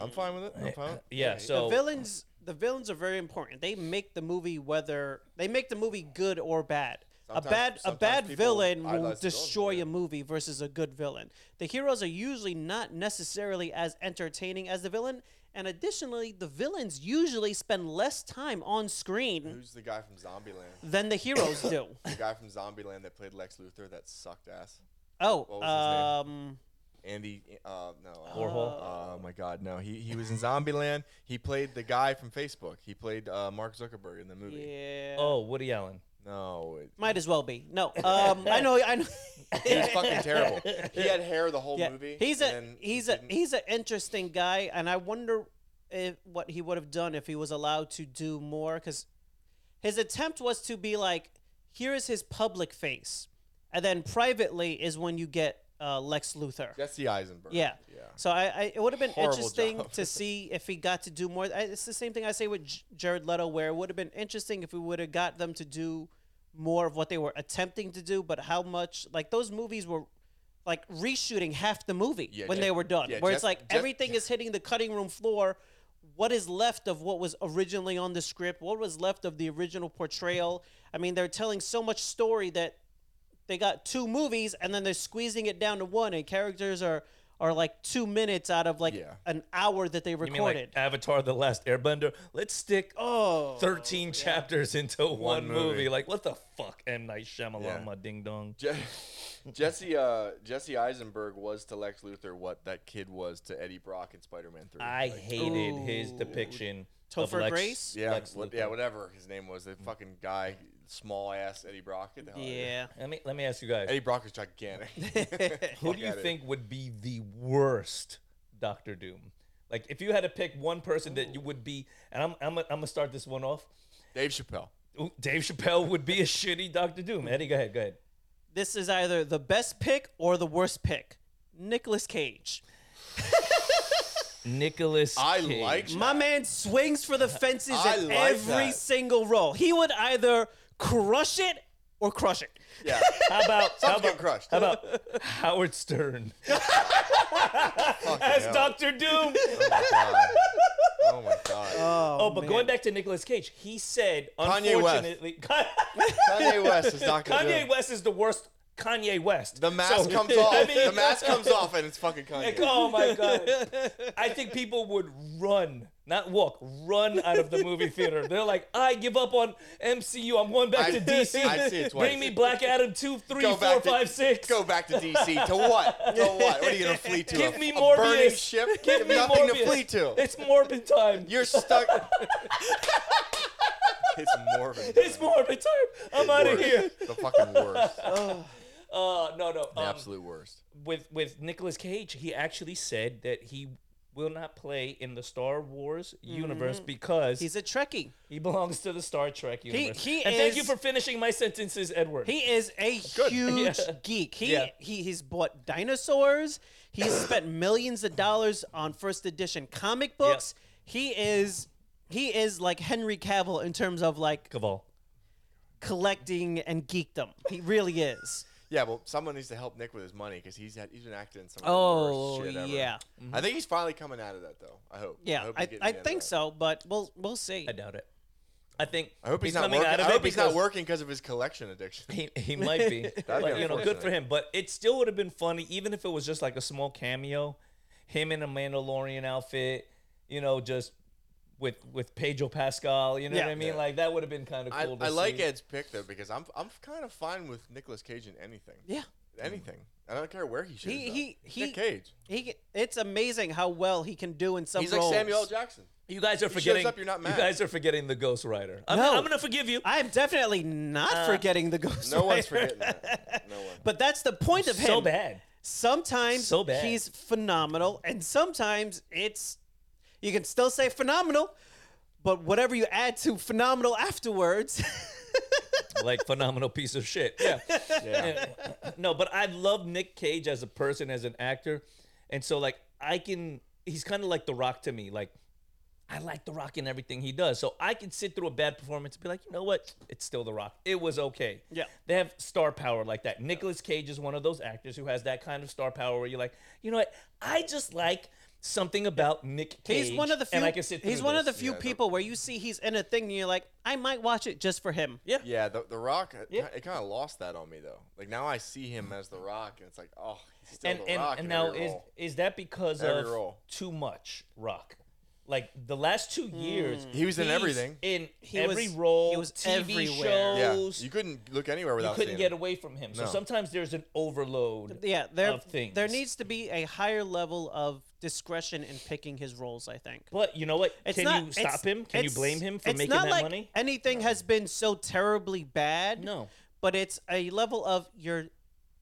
Speaker 2: I'm fine with it. I'm fine. with it.
Speaker 1: Yeah, so
Speaker 3: the villains the villains are very important. They make the movie whether they make the movie good or bad.
Speaker 2: Sometimes-
Speaker 3: a bad a
Speaker 2: sometimes
Speaker 3: bad
Speaker 2: people
Speaker 3: villain
Speaker 2: idolize the
Speaker 3: will
Speaker 2: villains,
Speaker 3: destroy
Speaker 2: yeah.
Speaker 3: a movie versus a good villain. The heroes are usually not necessarily as entertaining as the villain, and additionally, the villains usually spend less time on screen
Speaker 2: Who's the guy from Zombieland?
Speaker 3: than the heroes do.
Speaker 2: The guy from Zombieland that played Lex Luthor that sucked ass.
Speaker 3: Oh,
Speaker 2: was his
Speaker 3: um,
Speaker 2: Andy, uh, no, uh,
Speaker 1: Warhol?
Speaker 2: Oh my God, no! He he was in Zombieland. He played the guy from Facebook. He played uh, Mark Zuckerberg in the movie.
Speaker 3: yeah.
Speaker 1: oh, Woody Allen.
Speaker 2: No, it,
Speaker 3: Might as well be. No, um, I know, I know.
Speaker 2: he was fucking terrible. He had hair the whole
Speaker 3: Yeah,
Speaker 2: movie.
Speaker 3: He's
Speaker 2: and
Speaker 3: a
Speaker 2: then he
Speaker 3: he's a
Speaker 2: didn't-
Speaker 3: he's an interesting guy, and I wonder if, what he would have done if he was allowed to do more. Because his attempt was to be like, here is his public face, and then privately is when you get uh, Lex Luthor.
Speaker 2: Jesse Eisenberg.
Speaker 3: Yeah.
Speaker 2: yeah.
Speaker 3: So I, I it would have been
Speaker 2: Horrible
Speaker 3: interesting
Speaker 2: job.
Speaker 3: to see if he got to do more. I, it's the same thing I say with J- Jared Leto, where it would have been interesting if we would have got them to do more of what they were attempting to do, but how much like those movies were like reshooting half the movie
Speaker 2: Yeah,
Speaker 3: when
Speaker 2: Jeff-
Speaker 3: they were done,
Speaker 2: yeah,
Speaker 3: where it's
Speaker 2: Jeff-
Speaker 3: like
Speaker 2: Jeff-
Speaker 3: everything is hitting the cutting room floor. What is left of what was originally on the script? What was left of the original portrayal? I mean, they're telling so much story that they got two movies and then they're squeezing it down to one and characters are are like two minutes out of like
Speaker 2: Yeah.
Speaker 3: an hour that they
Speaker 1: You mean like uh,
Speaker 3: recorded
Speaker 1: Avatar the Last Airbender? Let's stick
Speaker 3: oh
Speaker 1: 13 chapters into one, movie.
Speaker 2: movie.
Speaker 1: Like what the fuck M Night Shyamalan
Speaker 2: Yeah.
Speaker 1: my ding dong.
Speaker 2: Je- Jesse uh, Jesse Eisenberg was to Lex Luthor what that kid was to Eddie Brock in Spider-Man Three.
Speaker 1: I hated his
Speaker 3: Ooh.
Speaker 1: depiction of
Speaker 3: Topher
Speaker 1: Lex,
Speaker 3: Grace?
Speaker 2: yeah,
Speaker 1: Lex
Speaker 2: what-
Speaker 1: Luthor. Mm.
Speaker 2: yeah, whatever his name was, the fucking guy, small ass Eddie Brock. Get the hell out of here.
Speaker 3: yeah
Speaker 1: Let me let me ask you guys.
Speaker 2: Eddie Brock is gigantic.
Speaker 1: Who do you think would be the worst Doctor Doom? Like, if you had to pick one person that you would be, and I'm, I'm, I'm gonna start this one off.
Speaker 2: Dave Chappelle.
Speaker 1: Ooh, Dave Chappelle would be a shitty Doctor Doom. Eddie, go ahead, go ahead.
Speaker 3: this is either the best pick or the worst pick Nicolas Cage.
Speaker 1: Nicholas.
Speaker 2: I like Chappelle.
Speaker 3: My man swings for the fences
Speaker 2: I
Speaker 3: in
Speaker 2: like
Speaker 3: every
Speaker 2: that.
Speaker 3: single role. He would either crush it or crush it.
Speaker 2: Yeah,
Speaker 1: How about how
Speaker 2: I'm getting
Speaker 1: about,
Speaker 2: crushed.
Speaker 1: how about Howard Stern
Speaker 2: Fucking
Speaker 1: as
Speaker 2: hell.
Speaker 1: Doctor Doom?
Speaker 2: Oh my god. Oh my god.
Speaker 1: Oh, but going back to Nicolas Cage, he said,
Speaker 2: Kanye West.
Speaker 1: unfortunately, Kanye West,
Speaker 2: Kanye West is Doctor Doom.
Speaker 1: is the worst. Kanye West.
Speaker 2: The mask
Speaker 1: So-
Speaker 2: comes
Speaker 1: I
Speaker 2: off.
Speaker 1: mean-
Speaker 2: the mask comes off, and it's fucking Kanye.
Speaker 1: Like, oh my god! I think people would run, not walk, run out of the movie theater. They're like, I give up on MCU. I'm going back
Speaker 2: I-
Speaker 1: to DC.
Speaker 2: I've seen it twice.
Speaker 1: Bring me Black Adam two, three, four,
Speaker 2: Go
Speaker 1: five, six.
Speaker 2: back to- Go back to DC. To what? To what? What are you gonna flee to?
Speaker 1: Give
Speaker 2: a,
Speaker 1: me
Speaker 2: a
Speaker 1: Morbius.
Speaker 2: burning ship. You
Speaker 1: Give
Speaker 2: have
Speaker 1: me
Speaker 2: nothing
Speaker 1: Morbius.
Speaker 2: to flee to.
Speaker 1: It's Morbid time.
Speaker 2: You're stuck. it's Morbid.
Speaker 1: it's Morbid time. I'm out of
Speaker 2: Worst.
Speaker 1: here.
Speaker 2: The fucking worst.
Speaker 1: Uh, no, no.
Speaker 2: The
Speaker 1: um,
Speaker 2: absolute worst.
Speaker 1: with with Nicolas Cage, he actually said that he will not play in the Star Wars universe because
Speaker 3: Mm-hmm. He's a Trekkie.
Speaker 1: He belongs to the Star Trek universe.
Speaker 3: he
Speaker 1: and thank you
Speaker 3: is-
Speaker 1: for finishing my sentences, Edward.
Speaker 3: He is a huge
Speaker 1: Yeah.
Speaker 3: geek. He,
Speaker 1: Yeah.
Speaker 3: he he's bought dinosaurs. He's spent millions of dollars on first edition comic books. He is he is like Henry Cavill in terms of like
Speaker 1: Caval.
Speaker 3: collecting and geekdom. He really is.
Speaker 2: Yeah, well, someone needs to help Nick with his money because he's had, he's been acting in some of the
Speaker 3: Oh
Speaker 2: worst shit ever.
Speaker 3: yeah,
Speaker 2: I think he's finally coming out of that though. I hope. I,
Speaker 3: yeah.
Speaker 2: hope he's
Speaker 3: I,
Speaker 2: getting
Speaker 3: I
Speaker 2: out of
Speaker 3: think
Speaker 2: that.
Speaker 3: so, but we'll we'll see.
Speaker 1: I doubt it. I think
Speaker 2: I hope he's, not
Speaker 1: coming
Speaker 2: working.
Speaker 1: out of
Speaker 2: I
Speaker 1: it
Speaker 2: hope he's not
Speaker 1: because
Speaker 2: working because of his collection addiction.
Speaker 1: He, he might be. but, you know, good
Speaker 2: unfortunate.
Speaker 1: for him. But it still would have been funny, even if it was just like a small cameo, him in a Mandalorian outfit, you know, just with with Pedro Pascal. You know
Speaker 3: Yeah.
Speaker 1: what I mean?
Speaker 2: Yeah.
Speaker 1: Like that would have been kind of
Speaker 2: I,
Speaker 1: cool. to
Speaker 2: I like
Speaker 1: see.
Speaker 2: Ed's pick though because I'm I'm kind of fine with Nicolas Cage in anything.
Speaker 3: Yeah.
Speaker 2: Anything. I don't care where he shows
Speaker 3: He-
Speaker 2: up.
Speaker 3: he- he-
Speaker 2: Nick Cage.
Speaker 3: He it's amazing how well he can do in some
Speaker 2: He's like
Speaker 3: roles.
Speaker 2: Samuel L. Jackson.
Speaker 1: You guys are
Speaker 2: shows
Speaker 1: forgetting.
Speaker 2: up, you're not
Speaker 1: You
Speaker 2: mad.
Speaker 1: guys are forgetting the Ghost Rider. I'm,
Speaker 3: No.
Speaker 1: I'm gonna forgive you.
Speaker 3: I'm definitely not forgetting the ghost.
Speaker 2: Uh, No one's
Speaker 3: Rider.
Speaker 2: forgetting that. No one.
Speaker 3: But that's the point of him.
Speaker 1: so bad.
Speaker 3: sometimes
Speaker 1: So bad.
Speaker 3: he's phenomenal and sometimes it's you can still say phenomenal But whatever you add to phenomenal afterwards,
Speaker 1: like phenomenal piece of shit. Yeah. And- no, but I love Nick Cage as a person, as an actor. And so like I can he's kind of like The Rock to me. Like I like The Rock in everything he does. So I can sit through a bad performance and be like, you know what? It's still The Rock. It was okay.
Speaker 3: Yeah.
Speaker 1: They have star power like that. Nicolas Cage is one of those actors who has that kind of star power where you're like, you know what? I just like something about Nick Cage.
Speaker 3: he's one of the few.
Speaker 1: and I can sit
Speaker 3: he's
Speaker 1: through
Speaker 3: one of the
Speaker 1: this.
Speaker 3: few
Speaker 2: Yeah, the-
Speaker 3: people where you see he's in a thing and you're like, I might watch it just for him.
Speaker 1: Yeah.
Speaker 2: Yeah, the, the Rock, uh,
Speaker 1: Yeah.
Speaker 2: it kind of lost that on me though. Like now I see him as the Rock, and it's like, oh, he's still
Speaker 1: and
Speaker 2: the
Speaker 1: and,
Speaker 2: Rock.
Speaker 1: and
Speaker 2: in
Speaker 1: now
Speaker 2: every
Speaker 1: is
Speaker 2: role.
Speaker 1: is that because
Speaker 2: Every
Speaker 1: of
Speaker 2: role.
Speaker 1: too much rock? Like the last two years,
Speaker 2: He was in
Speaker 1: he's
Speaker 2: everything.
Speaker 1: In
Speaker 3: Hmm. He
Speaker 1: every
Speaker 3: was-
Speaker 1: role,
Speaker 3: he was
Speaker 1: TV
Speaker 3: everywhere.
Speaker 2: yeah,
Speaker 1: shows,
Speaker 2: you couldn't look anywhere
Speaker 1: you
Speaker 2: without
Speaker 1: couldn't
Speaker 2: seeing
Speaker 1: get
Speaker 2: him.
Speaker 1: away from him. So
Speaker 2: No.
Speaker 1: sometimes there's an overload.
Speaker 3: Yeah, there
Speaker 1: Of things.
Speaker 3: there needs to be a higher level of discretion in picking his roles. I think.
Speaker 1: But you know what?
Speaker 3: It's
Speaker 1: Can
Speaker 3: not-
Speaker 1: you
Speaker 3: it's-
Speaker 1: stop him? Can you
Speaker 3: it's-
Speaker 1: blame him for
Speaker 3: it's
Speaker 1: making
Speaker 3: not
Speaker 1: that
Speaker 3: like
Speaker 1: money?
Speaker 3: Anything has been so terribly bad.
Speaker 1: No.
Speaker 3: But it's a level of you're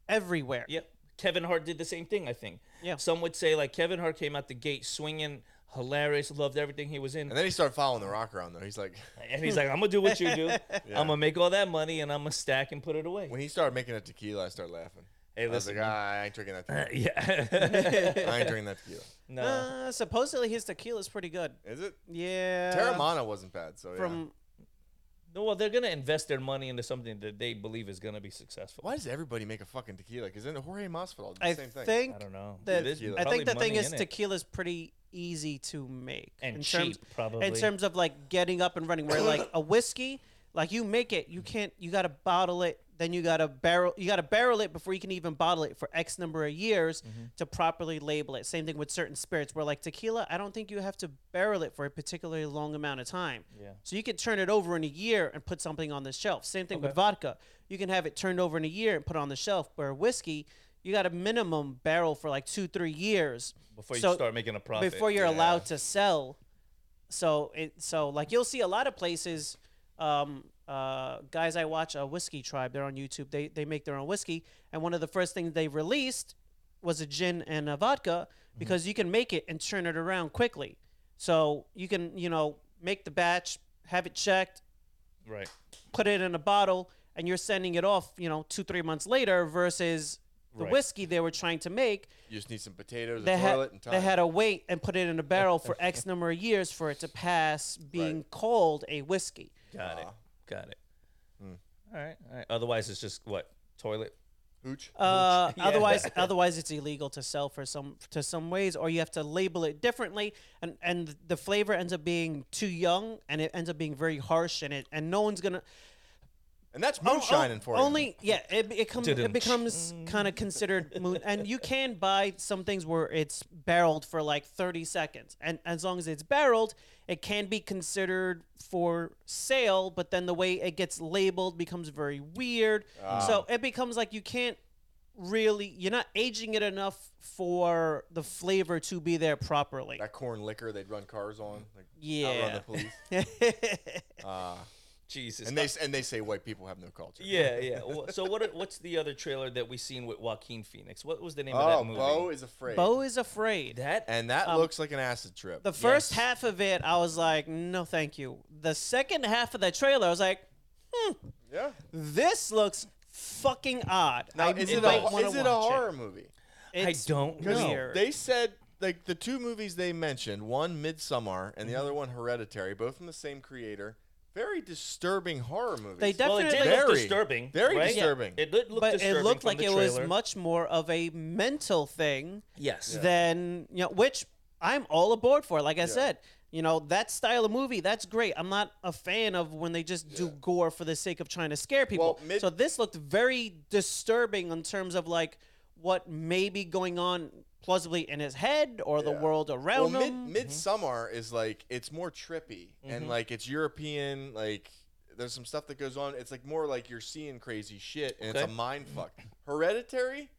Speaker 3: everywhere.
Speaker 1: Yep. Kevin Hart did the same thing, I think.
Speaker 3: Yeah.
Speaker 1: Some would say like Kevin Hart came out the gate swinging, hilarious, loved everything he was in.
Speaker 2: And then he started following the Rock around though. He's like,
Speaker 1: And he's like, I'm gonna do what you do. I'm gonna make all that money and I'm gonna stack and put it away.
Speaker 2: when he started making a tequila, I started laughing.
Speaker 1: Hey,
Speaker 2: I was
Speaker 1: listen,
Speaker 2: like, ah, I ain't drinking that. Tequila.
Speaker 1: yeah.
Speaker 2: I ain't drinking that tequila.
Speaker 1: no.
Speaker 3: Uh, supposedly his tequila's pretty good.
Speaker 2: Is it? Uh,
Speaker 3: Yeah.
Speaker 2: Terramana wasn't bad. So yeah.
Speaker 3: From
Speaker 1: No, well, they're gonna invest their money into something that they believe is gonna be successful.
Speaker 2: why does everybody make a fucking tequila? Because then Jorge Masvidal did the
Speaker 3: I
Speaker 2: same thing.
Speaker 3: think
Speaker 1: I don't know.
Speaker 3: that
Speaker 1: There's
Speaker 2: I
Speaker 3: I
Speaker 1: probably
Speaker 3: think the thing
Speaker 1: money
Speaker 3: is
Speaker 1: in it.
Speaker 3: tequila's pretty easy to make
Speaker 1: And
Speaker 3: in
Speaker 1: cheap,
Speaker 3: terms in
Speaker 1: probably.
Speaker 3: terms of like getting up and running. Where like a whiskey, like you make it, you can't. You got to bottle it. Then you got to barrel. You got to barrel it before you can even bottle it for X number of years to properly label it. Same thing with certain spirits. Where like tequila, I don't think you have to barrel it for a particularly long amount of time.
Speaker 1: Yeah.
Speaker 3: So you could turn it over in a year and put something on the shelf. Same thing with vodka. You can have it turned over in a year and put on the shelf. Where whiskey, you got a minimum barrel for like two, three years
Speaker 1: before you
Speaker 3: so-
Speaker 1: start making a profit.
Speaker 3: before you're
Speaker 2: yeah.
Speaker 3: allowed to sell. So it so like you'll see a lot of places. Um, uh, guys, I watch a whiskey tribe. They're on YouTube. They they make their own whiskey, and one of the first things they released was a gin and a vodka
Speaker 1: Mm-hmm.
Speaker 3: because you can make it and turn it around quickly. So you can you know make the batch, have it checked,
Speaker 1: right.
Speaker 3: put it in a bottle and you're sending it off, you know, two, three months later versus the
Speaker 1: Right.
Speaker 3: whiskey they were trying to make.
Speaker 2: You just need some potatoes,
Speaker 3: They
Speaker 2: a toilet,
Speaker 3: had,
Speaker 2: and time.
Speaker 3: they had to wait and put it in a barrel for X number of years for it to pass being called a whiskey.
Speaker 1: Got it. Got it.
Speaker 3: Hmm.
Speaker 1: All right. All right. Otherwise, it's just what toilet.
Speaker 2: Hooch.
Speaker 3: Uh,
Speaker 1: Yeah.
Speaker 3: Otherwise, otherwise it's illegal to sell for some to some ways, or you have to label it differently, and and the flavor ends up being too young, and it ends up being very harsh, and it and no one's gonna
Speaker 2: and that's
Speaker 3: Oh, oh,
Speaker 2: moonshining for you.
Speaker 3: Only yeah, it it, com-
Speaker 1: Didn't.
Speaker 3: it becomes kind of considered moon, and you can buy some things where it's barreled for like thirty seconds, and as long as it's barreled, it can be considered for sale. But then the way it gets labeled becomes very weird,
Speaker 2: Ah.
Speaker 3: so it becomes like you can't really you're not aging it enough for the flavor to be there properly.
Speaker 2: that corn liquor they'd run cars on. Like, Outrun
Speaker 3: Yeah.
Speaker 2: the police. Uh,
Speaker 1: Jesus.
Speaker 2: and they s- and they say white people have no culture.
Speaker 1: yeah, yeah. Wha- So what? Are, what's the other trailer that we seen with Joaquin Phoenix? What was the name of
Speaker 2: Oh,
Speaker 1: that movie?
Speaker 2: Bo is afraid.
Speaker 3: Bo is afraid.
Speaker 1: that
Speaker 2: and that looks like an acid trip.
Speaker 3: The first
Speaker 1: Yes.
Speaker 3: half of it, I was like, no, thank you. The second half of the trailer, I was like,
Speaker 2: yeah.
Speaker 3: this looks fucking odd.
Speaker 2: Now,
Speaker 3: I
Speaker 2: is it,
Speaker 3: might
Speaker 2: a,
Speaker 3: wanna
Speaker 2: is it a
Speaker 3: watch
Speaker 2: horror movie?
Speaker 3: It's
Speaker 1: don't know.
Speaker 3: weird.
Speaker 2: They said like the two movies they mentioned, one Midsummer and the other one Hereditary, both from the same creator. Very disturbing horror movies.
Speaker 3: They
Speaker 1: well, it did
Speaker 3: Definitely-
Speaker 1: look
Speaker 2: Very,
Speaker 1: disturbing.
Speaker 2: very
Speaker 1: right?
Speaker 2: disturbing.
Speaker 1: It did look
Speaker 3: but
Speaker 1: disturbing
Speaker 3: it looked
Speaker 1: from
Speaker 3: like
Speaker 1: the
Speaker 3: it was
Speaker 1: trailer.
Speaker 3: much more of a mental thing
Speaker 1: Yes.
Speaker 3: than, you know, which I'm all aboard for. Like I said, you know, that style of movie, that's great. I'm not a fan of when they just do gore for the sake of trying to scare people.
Speaker 2: Well, mid-
Speaker 3: so this looked very disturbing in terms of like what may be going on plausibly in his head or the
Speaker 2: Yeah.
Speaker 3: world
Speaker 2: well,
Speaker 3: around
Speaker 2: mid,
Speaker 3: him.
Speaker 2: Midsummer is like it's more trippy and like it's European. Like there's some stuff that goes on. It's like more like you're seeing crazy shit and it's
Speaker 1: Okay.
Speaker 2: a mind fuck. Hereditary,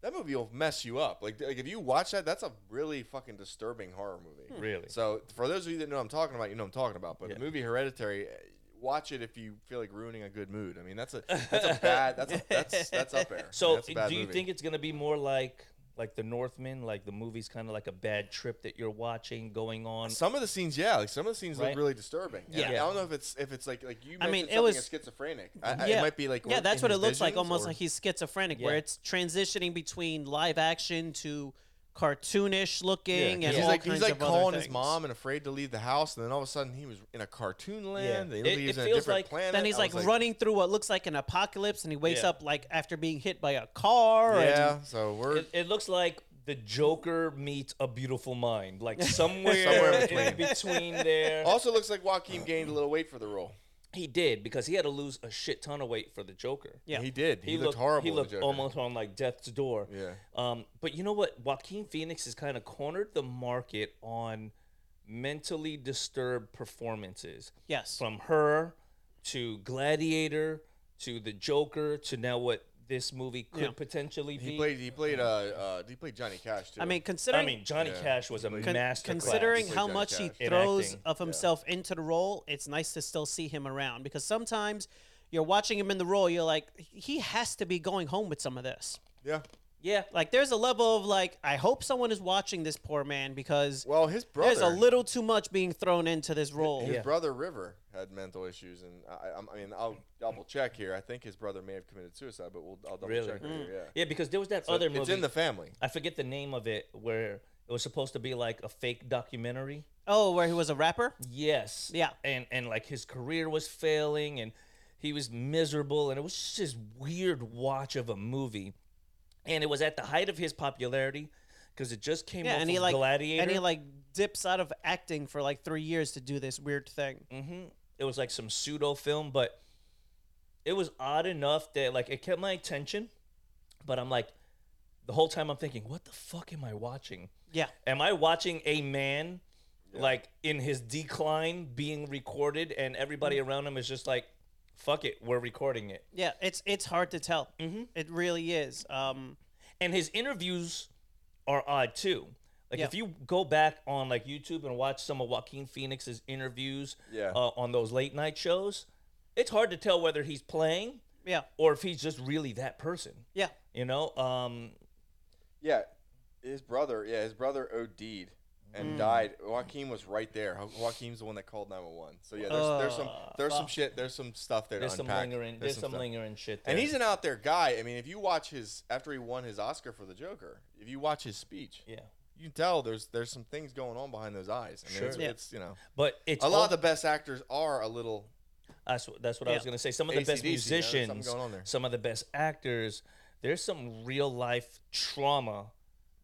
Speaker 2: that movie will mess you up. Like like if you watch that, that's a really fucking disturbing horror movie.
Speaker 1: Really.
Speaker 2: So for those of you that know what I'm talking about, you know what I'm talking about. But
Speaker 1: Yeah.
Speaker 2: the movie Hereditary, eh, watch it if you feel like ruining a good mood. I mean that's a that's a bad that's a, that's that's up there. I mean,
Speaker 1: So
Speaker 2: that's a bad
Speaker 1: do you
Speaker 2: movie.
Speaker 1: think it's gonna be more like like the Northman, like the movie's kind of like a bad trip that you're watching going on.
Speaker 2: Some of the scenes, yeah, like some of the scenes
Speaker 1: Right.
Speaker 2: look really disturbing. And
Speaker 3: Yeah.
Speaker 2: I don't know if it's if it's like like you. Mentioned
Speaker 3: I mean, it
Speaker 2: something
Speaker 3: was-
Speaker 2: as schizophrenic. I, I, it
Speaker 3: Yeah.
Speaker 2: might be like
Speaker 3: yeah,
Speaker 2: in
Speaker 3: that's what it
Speaker 2: his
Speaker 3: looks like,
Speaker 2: visions
Speaker 3: almost
Speaker 2: or-
Speaker 3: like he's schizophrenic,
Speaker 1: Yeah.
Speaker 3: where it's transitioning between live action to cartoonish looking
Speaker 1: Yeah,
Speaker 3: and
Speaker 2: he's
Speaker 3: all
Speaker 2: like
Speaker 3: kinds
Speaker 2: he's like
Speaker 3: of other
Speaker 2: calling his
Speaker 3: things.
Speaker 2: mom and afraid to leave the house, and then all of a sudden he was in a cartoon land.
Speaker 1: It-
Speaker 2: Then he
Speaker 1: it
Speaker 2: was in a
Speaker 1: feels
Speaker 2: different
Speaker 1: like-
Speaker 2: planet.
Speaker 3: Then he's
Speaker 2: I
Speaker 3: like,
Speaker 2: was
Speaker 3: running through what looks like an apocalypse, and he wakes
Speaker 1: Yeah.
Speaker 3: up like after being hit by a car. and-
Speaker 2: Yeah, so we're
Speaker 1: It, it looks like the Joker meets A Beautiful Mind, like somewhere,
Speaker 2: Somewhere
Speaker 1: in
Speaker 2: between.
Speaker 1: between there.
Speaker 2: also looks like Joaquin gained a little weight for the role.
Speaker 1: He did because he had to lose a shit ton of weight for the Joker.
Speaker 3: Yeah.
Speaker 2: he did. He, looked, horrible.
Speaker 1: He
Speaker 2: as
Speaker 1: looked
Speaker 2: Joker.
Speaker 1: almost on like death's door.
Speaker 2: Yeah.
Speaker 1: Um, but you know what? Joaquin Phoenix has kind of cornered the market on mentally disturbed performances.
Speaker 3: Yes.
Speaker 1: From her to Gladiator to the Joker to now what this movie could
Speaker 3: Yeah.
Speaker 1: potentially be.
Speaker 2: He played. He played. Uh, uh, he played Johnny Cash too.
Speaker 3: I mean,
Speaker 1: I
Speaker 3: considering
Speaker 1: mean, Johnny
Speaker 2: Yeah.
Speaker 1: Cash was a
Speaker 2: Con-
Speaker 1: master
Speaker 3: con-
Speaker 1: master.
Speaker 3: considering
Speaker 2: class.
Speaker 3: how
Speaker 2: Johnny
Speaker 3: much he
Speaker 2: Cash.
Speaker 1: In
Speaker 3: throws
Speaker 1: acting.
Speaker 3: of himself into the role, it's nice to still see him around because sometimes you're watching him in the role, you're like, he has to be going home with some of this.
Speaker 2: yeah.
Speaker 1: yeah,
Speaker 3: Like, there's a level of like, I hope someone is watching this poor man because
Speaker 2: Well, his brother.
Speaker 3: there's a little too much being thrown into this role.
Speaker 2: His
Speaker 1: Yeah.
Speaker 2: brother River had mental issues, and I, I'm- I mean, I'll double check here. I think his brother may have committed suicide, but we'll I'll double
Speaker 1: really.
Speaker 2: check. Here, yeah.
Speaker 1: Yeah, because there was that
Speaker 2: So
Speaker 1: other
Speaker 2: it's
Speaker 1: movie.
Speaker 2: in the family.
Speaker 1: I forget the name of it where it was supposed to be like a fake documentary.
Speaker 3: Oh, where he was a rapper?
Speaker 1: Yes.
Speaker 3: Yeah.
Speaker 1: And and like his career was failing and he was miserable and it was just this weird watch of a movie. And it was at the height of his popularity because it just came
Speaker 3: Yeah,
Speaker 1: off
Speaker 3: and he
Speaker 1: of
Speaker 3: like
Speaker 1: Gladiator.
Speaker 3: and he like dips out of acting for like three years to do this weird thing.
Speaker 1: hmm It was like some pseudo film, but it was odd enough that like it kept my attention. But I'm like, the whole time I'm thinking, what the fuck am I watching?
Speaker 3: Yeah,
Speaker 1: Am I watching a man like in his decline being recorded and everybody around him is just like, fuck it, we're recording it.
Speaker 3: yeah. It's it's hard to tell. Mm-hmm. It really is. Um,
Speaker 1: And his interviews are odd too. Like
Speaker 3: Yeah.
Speaker 1: if you go back on like YouTube and watch some of Joaquin Phoenix's interviews
Speaker 2: Yeah.
Speaker 1: uh, on those late night shows, it's hard to tell whether he's playing
Speaker 3: yeah,
Speaker 1: or if he's just really that person.
Speaker 3: yeah.
Speaker 1: You know, um,
Speaker 2: Yeah, his brother. Yeah, his brother OD'd
Speaker 1: Mm.
Speaker 2: and died. Joaquin was right there. Jo- Joaquin's the one that called 911. So yeah, there's, there's some there's some shit. There's some stuff there.
Speaker 1: Uh, there's
Speaker 2: to
Speaker 1: some
Speaker 2: unpack.
Speaker 1: lingering, there's, some,
Speaker 2: stuff.
Speaker 1: lingering shit. There.
Speaker 2: And he's an out there guy. I mean, if you watch his after he won his Oscar for the Joker, if you watch his speech,
Speaker 1: yeah,
Speaker 2: you can tell there's there's some things going on behind those eyes. I mean, it's,
Speaker 1: Sure. Yeah.
Speaker 2: it's you know
Speaker 1: but it's
Speaker 2: a lot
Speaker 1: all-
Speaker 2: of the best actors are a little
Speaker 1: That's what, that's what I was
Speaker 3: Yeah.
Speaker 1: gonna say. Some of the best
Speaker 2: AC/DC, you know, there's something
Speaker 1: musicians,
Speaker 2: going on there.
Speaker 1: some of the best actors. There's some real life trauma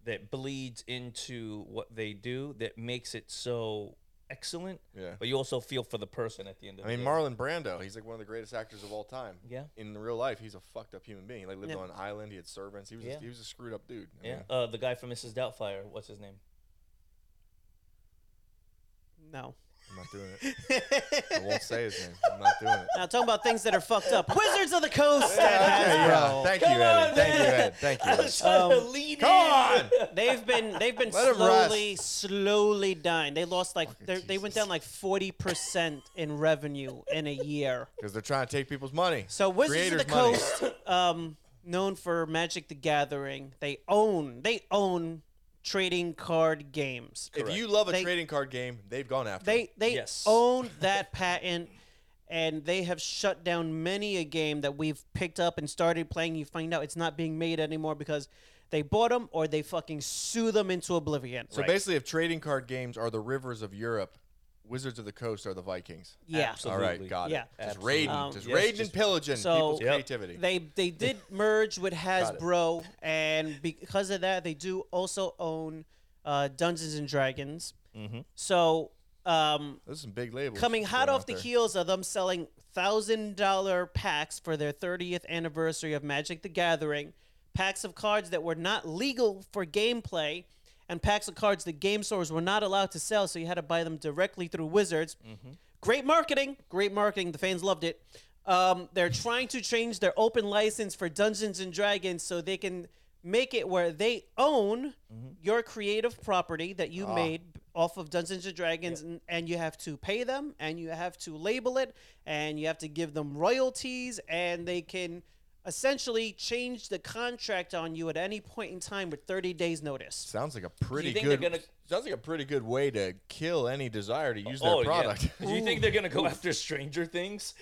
Speaker 1: that bleeds into what they do that makes it so excellent.
Speaker 2: Yeah.
Speaker 1: But you also feel for the person at the end of
Speaker 2: I mean,
Speaker 1: the day.
Speaker 2: Marlon Brando, he's like one of the greatest actors of all time.
Speaker 1: Yeah.
Speaker 2: In real life, he's a fucked up human being. He like lived
Speaker 3: Yeah.
Speaker 2: on an island. He had servants. He was
Speaker 1: Yeah.
Speaker 2: a, he was a screwed up dude. I
Speaker 1: yeah.
Speaker 2: mean,
Speaker 1: Uh, the guy from Mrs. Doubtfire. What's his name?
Speaker 3: No.
Speaker 2: I'm not doing it. I won't say his name. I'm not doing it.
Speaker 3: Now talking about things that are fucked up. Wizards of the Coast.
Speaker 2: Okay,
Speaker 3: at
Speaker 2: yeah.
Speaker 3: Hasbro.
Speaker 2: Thank you, Ed. Thank you, Ed. Thank you. Um, Ed.
Speaker 1: trying to lead in.
Speaker 3: They've been they've been
Speaker 2: Let 'em
Speaker 3: slowly
Speaker 2: rest.
Speaker 3: slowly dying. They lost like they they went
Speaker 2: Jesus.
Speaker 3: down like forty percent in revenue in a year.
Speaker 2: Because they're trying to take people's money.
Speaker 3: So Wizards
Speaker 2: Creators'
Speaker 3: of the
Speaker 2: money.
Speaker 3: Coast, um, known for Magic the Gathering, they own they own trading card games.
Speaker 2: If you love a
Speaker 3: They-
Speaker 2: trading card game, they've gone after. it.
Speaker 3: They they
Speaker 1: Yes.
Speaker 3: own that patent, and they have shut down many a game that we've picked up and started playing. You find out it's not being made anymore because they bought them or they fucking sue them into oblivion.
Speaker 2: So basically, if trading card games are the rivers of Europe, Wizards of the Coast are the Vikings.
Speaker 3: yeah.
Speaker 1: Absolutely.
Speaker 2: All right, got
Speaker 3: Yeah.
Speaker 2: it. Just
Speaker 1: Absolutely.
Speaker 2: raiding,
Speaker 3: Um,
Speaker 2: just
Speaker 1: Yes,
Speaker 2: raiding
Speaker 1: just-
Speaker 2: and pillaging
Speaker 3: So-
Speaker 2: people's
Speaker 1: Yep.
Speaker 2: creativity.
Speaker 3: They they did merge with
Speaker 2: it.
Speaker 3: Hasbro, and because of that, they do also own uh, Dungeons and Dragons. Mm-hmm. So um,
Speaker 2: Those are some big labels.
Speaker 3: coming hot
Speaker 2: going
Speaker 3: off
Speaker 2: out
Speaker 3: the
Speaker 2: there.
Speaker 3: heels of them selling thousand dollar packs for their 30th anniversary of Magic the Gathering, packs of cards that were not legal for gameplay, and packs of cards that game stores were not allowed to sell, so you had to buy them directly through Wizards.
Speaker 2: Mm-hmm.
Speaker 3: Great marketing, great marketing. The fans loved it. Um, they're trying to change their open license for Dungeons and Dragons so they can make it where they own your creative property that you made off of Dungeons and Dragons, and, and you have to pay them, and you have to label it, and you have to give them royalties, and they can essentially change the contract on you at any point in time with 30 days notice.
Speaker 2: Sounds like a pretty
Speaker 1: think they're
Speaker 2: good.
Speaker 1: gonna-
Speaker 2: Sounds like a pretty good way to kill any desire to use
Speaker 1: Oh,
Speaker 2: their product.
Speaker 1: Yeah. Do you think they're gonna go after Stranger Things?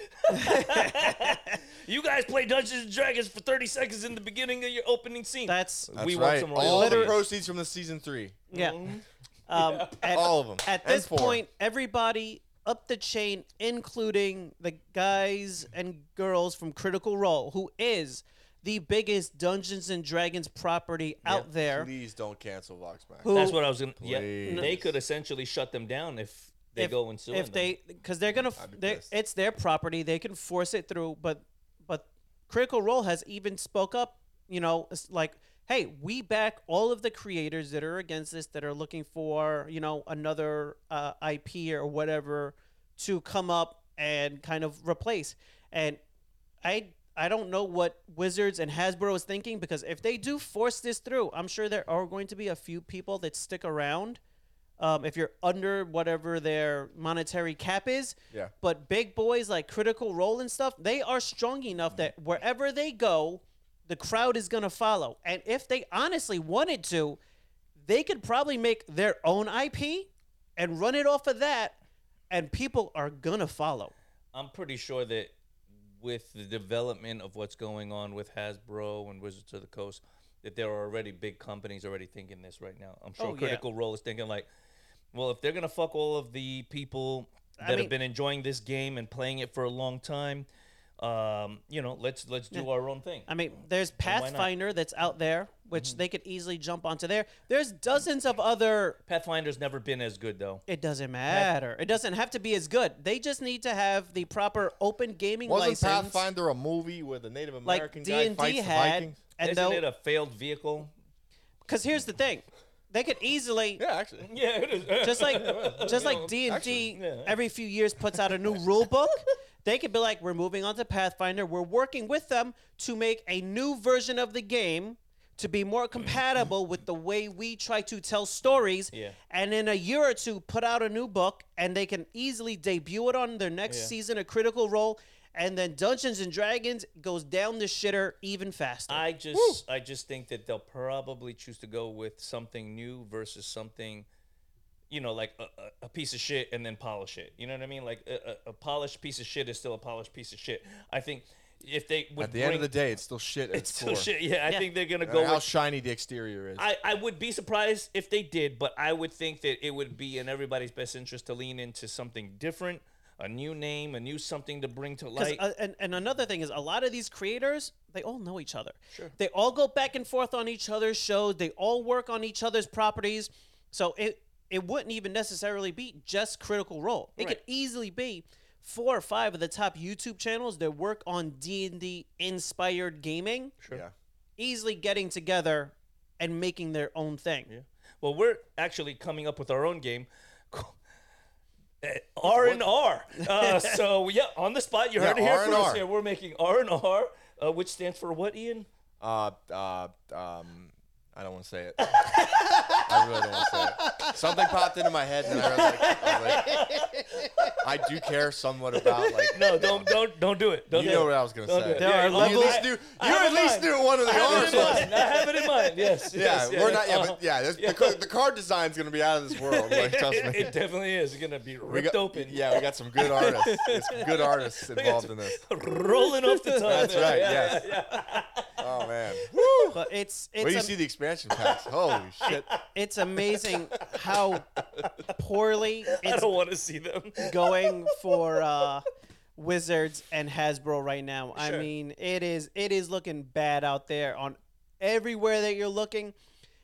Speaker 1: you guys play Dungeons and Dragons for 30 seconds in the beginning of your opening scene.
Speaker 3: That's
Speaker 2: That's
Speaker 1: we want
Speaker 2: right.
Speaker 1: some
Speaker 2: All the
Speaker 1: royalties.
Speaker 2: proceeds from the season three,
Speaker 3: yeah. Um, at-
Speaker 2: all of them.
Speaker 3: At
Speaker 2: And
Speaker 3: this
Speaker 2: four.
Speaker 3: point, everybody up the chain, including the guys and girls from Critical Role, who is the biggest Dungeons and Dragons property out there.
Speaker 2: please don't cancel Vox Max.
Speaker 3: Who
Speaker 1: That's what I was gonna. Yeah,
Speaker 2: Please.
Speaker 1: they could essentially shut them down if they
Speaker 3: if,
Speaker 1: go and sue. them.
Speaker 3: if they because they're gonna
Speaker 2: I'd be
Speaker 3: they
Speaker 2: pissed.
Speaker 3: it's their property they can force it through but but critical role has even spoke up you know it's like hey we back all of the creators that are against this that are looking for you know another uh, ip or whatever to come up and kind of replace and i i don't know what wizards and hasbro is thinking because if they do force this through i'm sure there are going to be a few people that stick around um, if you're under whatever their monetary cap is.
Speaker 2: Yeah.
Speaker 3: But big boys like Critical Role and stuff, they are strong enough that wherever they go, the crowd is gonna follow. And if they honestly wanted to, they could probably make their own IP and run it off of that, and people are gonna follow.
Speaker 1: I'm pretty sure that with the development of what's going on with Hasbro and Wizards of the Coast, that there are already big companies already thinking this right now. I'm sure
Speaker 3: Oh, yeah.
Speaker 1: Critical Role is thinking like, well, if they're gonna fuck all of the people that
Speaker 3: mean-
Speaker 1: have been enjoying this game and playing it for a long time, um, you know, let's let's do our own thing.
Speaker 3: I mean, there's
Speaker 1: not? Mm-hmm.
Speaker 3: Pathfinder that's out there, which they could easily jump onto there. There's dozens of other
Speaker 1: Pathfinder's never been as good though.
Speaker 3: It doesn't matter. It doesn't have to be as good. They just need to have the proper open gaming
Speaker 2: Wasn't
Speaker 3: license,
Speaker 2: Pathfinder a movie where the Native
Speaker 3: like
Speaker 2: American
Speaker 3: D
Speaker 2: guy
Speaker 3: and D
Speaker 2: fights the
Speaker 3: had.
Speaker 2: Vikings?
Speaker 3: And
Speaker 1: Isn't it
Speaker 3: though,
Speaker 1: a failed vehicle?
Speaker 3: because here's the thing, they could easily
Speaker 2: Yeah, actually.
Speaker 1: Yeah, it is.
Speaker 3: just like just like D and D every few years puts out a new rule book. They could be like, we're moving on to Pathfinder. We're working with them to make a new version of the game to be more compatible with the way we try to tell stories.
Speaker 1: Yeah.
Speaker 3: And in a year or two, put out a new book, and they can easily debut it on their next
Speaker 1: Yeah.
Speaker 3: season, a critical role. And then Dungeons and Dragons goes down the shitter even faster.
Speaker 1: I just I just think that they'll probably choose to go with something new versus something, you know, like a, a, a piece of shit and then polish it. You know what I mean? Like a, a, a polished piece of shit is still a polished piece of shit. I think if they would
Speaker 2: At the end of the
Speaker 1: bring-
Speaker 2: day, it's still shit. At
Speaker 1: it's
Speaker 2: its
Speaker 1: still
Speaker 2: core.
Speaker 1: shit. Yeah, I
Speaker 3: Yeah.
Speaker 1: think they're gonna
Speaker 2: No
Speaker 1: go
Speaker 2: matter how
Speaker 1: with.
Speaker 2: shiny the exterior is.
Speaker 1: I, I would be surprised if they did, but I would think that it would be in everybody's best interest to lean into something different, a new name, a new something to bring to
Speaker 3: 'Cause,
Speaker 1: light.
Speaker 3: uh, and, and another thing is a lot of these creators they all know each other sure. they all go back and forth on each other's shows they all work on each other's properties so it it wouldn't even necessarily be just critical role it could
Speaker 1: Right.
Speaker 3: easily be four or five of the top youtube channels that work on d&d inspired gaming
Speaker 1: Sure.
Speaker 2: Yeah.
Speaker 3: easily getting together and making their own thing
Speaker 1: Well, we're actually coming up with our own game, R and R. Uh, So yeah, on the spot, you heard
Speaker 2: Yeah,
Speaker 1: it here
Speaker 2: R&R.
Speaker 1: first. Yeah, we're making R and R, uh, which stands for what, Ian?
Speaker 2: Uh, uh, um, I don't want to say it. I really don't want to say it. Something popped into my head, and I was like, I, was like, I do care somewhat about like.
Speaker 1: No, don't don't don't do it. Don't
Speaker 2: You
Speaker 1: do
Speaker 2: know
Speaker 1: it.
Speaker 2: what I was gonna
Speaker 1: Don't
Speaker 2: say.
Speaker 1: do it.
Speaker 3: There are
Speaker 1: you
Speaker 2: You at
Speaker 3: levels-
Speaker 1: I-
Speaker 2: least knew. You
Speaker 1: I have
Speaker 2: at
Speaker 1: it
Speaker 2: least
Speaker 1: in mind.
Speaker 2: knew one of the
Speaker 1: I have
Speaker 2: arms.
Speaker 1: it in mind. I have it in mind. Yes.
Speaker 2: Yeah,
Speaker 1: yes,
Speaker 2: we're not. Yeah,
Speaker 1: uh-huh.
Speaker 2: but yeah, this, The, co- the card design's gonna be out of this world. Like, trust me.
Speaker 1: It, it definitely is gonna be
Speaker 2: We
Speaker 1: ripped
Speaker 2: got,
Speaker 1: open.
Speaker 2: Yeah, we got some good artists. There's some good artists involved in this.
Speaker 1: rolling off the tongue.
Speaker 2: That's right.
Speaker 1: Yeah,
Speaker 2: Yes. Oh man.
Speaker 3: but it's it's
Speaker 2: Where do you
Speaker 3: a-
Speaker 2: see the expansion packs? Holy shit.
Speaker 3: it's amazing how poorly
Speaker 1: I
Speaker 3: it's
Speaker 1: don't want to see them.
Speaker 3: going for uh, Wizards and Hasbro right now. I
Speaker 1: Sure.
Speaker 3: mean, it is it is looking bad out there on everywhere that you're looking.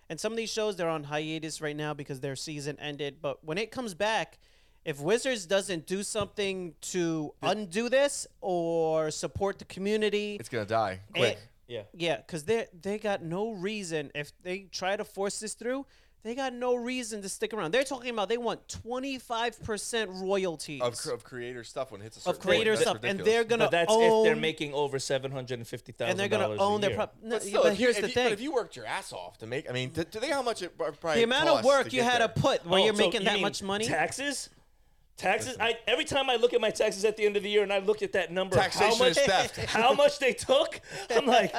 Speaker 3: And some of these shows they're on hiatus right now because their season ended. But when it comes back, if Wizards doesn't do something to undo this or support the community,
Speaker 2: It's gonna die
Speaker 3: it-
Speaker 2: quick.
Speaker 1: Yeah.
Speaker 3: yeah, because they they got no reason if they try to force this through. They got no reason to stick around. They're talking about they want twenty five percent royalties
Speaker 2: of, cr- of creator stuff when it hits a certain
Speaker 3: of creator
Speaker 2: point. That's
Speaker 3: stuff, and
Speaker 2: ridiculous.
Speaker 3: they're gonna
Speaker 1: But that's
Speaker 3: own
Speaker 1: if they're making over seven hundred and fifty thousand.
Speaker 3: and they're gonna own their prop.
Speaker 2: But,
Speaker 3: No, but,
Speaker 2: still, if you-
Speaker 3: here's
Speaker 2: if
Speaker 3: the
Speaker 2: you- but
Speaker 3: thing:
Speaker 2: if you worked your ass off to make, I mean, do, do they how much it pro- probably
Speaker 3: the amount of
Speaker 2: costs to
Speaker 3: work you
Speaker 2: get
Speaker 3: had
Speaker 2: there?
Speaker 3: to put where
Speaker 1: Oh,
Speaker 3: you're
Speaker 1: so
Speaker 3: making
Speaker 1: you
Speaker 3: that
Speaker 1: mean
Speaker 3: much money.
Speaker 1: Taxes? Taxes. I every time I look at my taxes at the end of the year, and I look at that number, of how
Speaker 2: Taxation
Speaker 1: much
Speaker 2: is theft.
Speaker 1: how much they took, I'm like,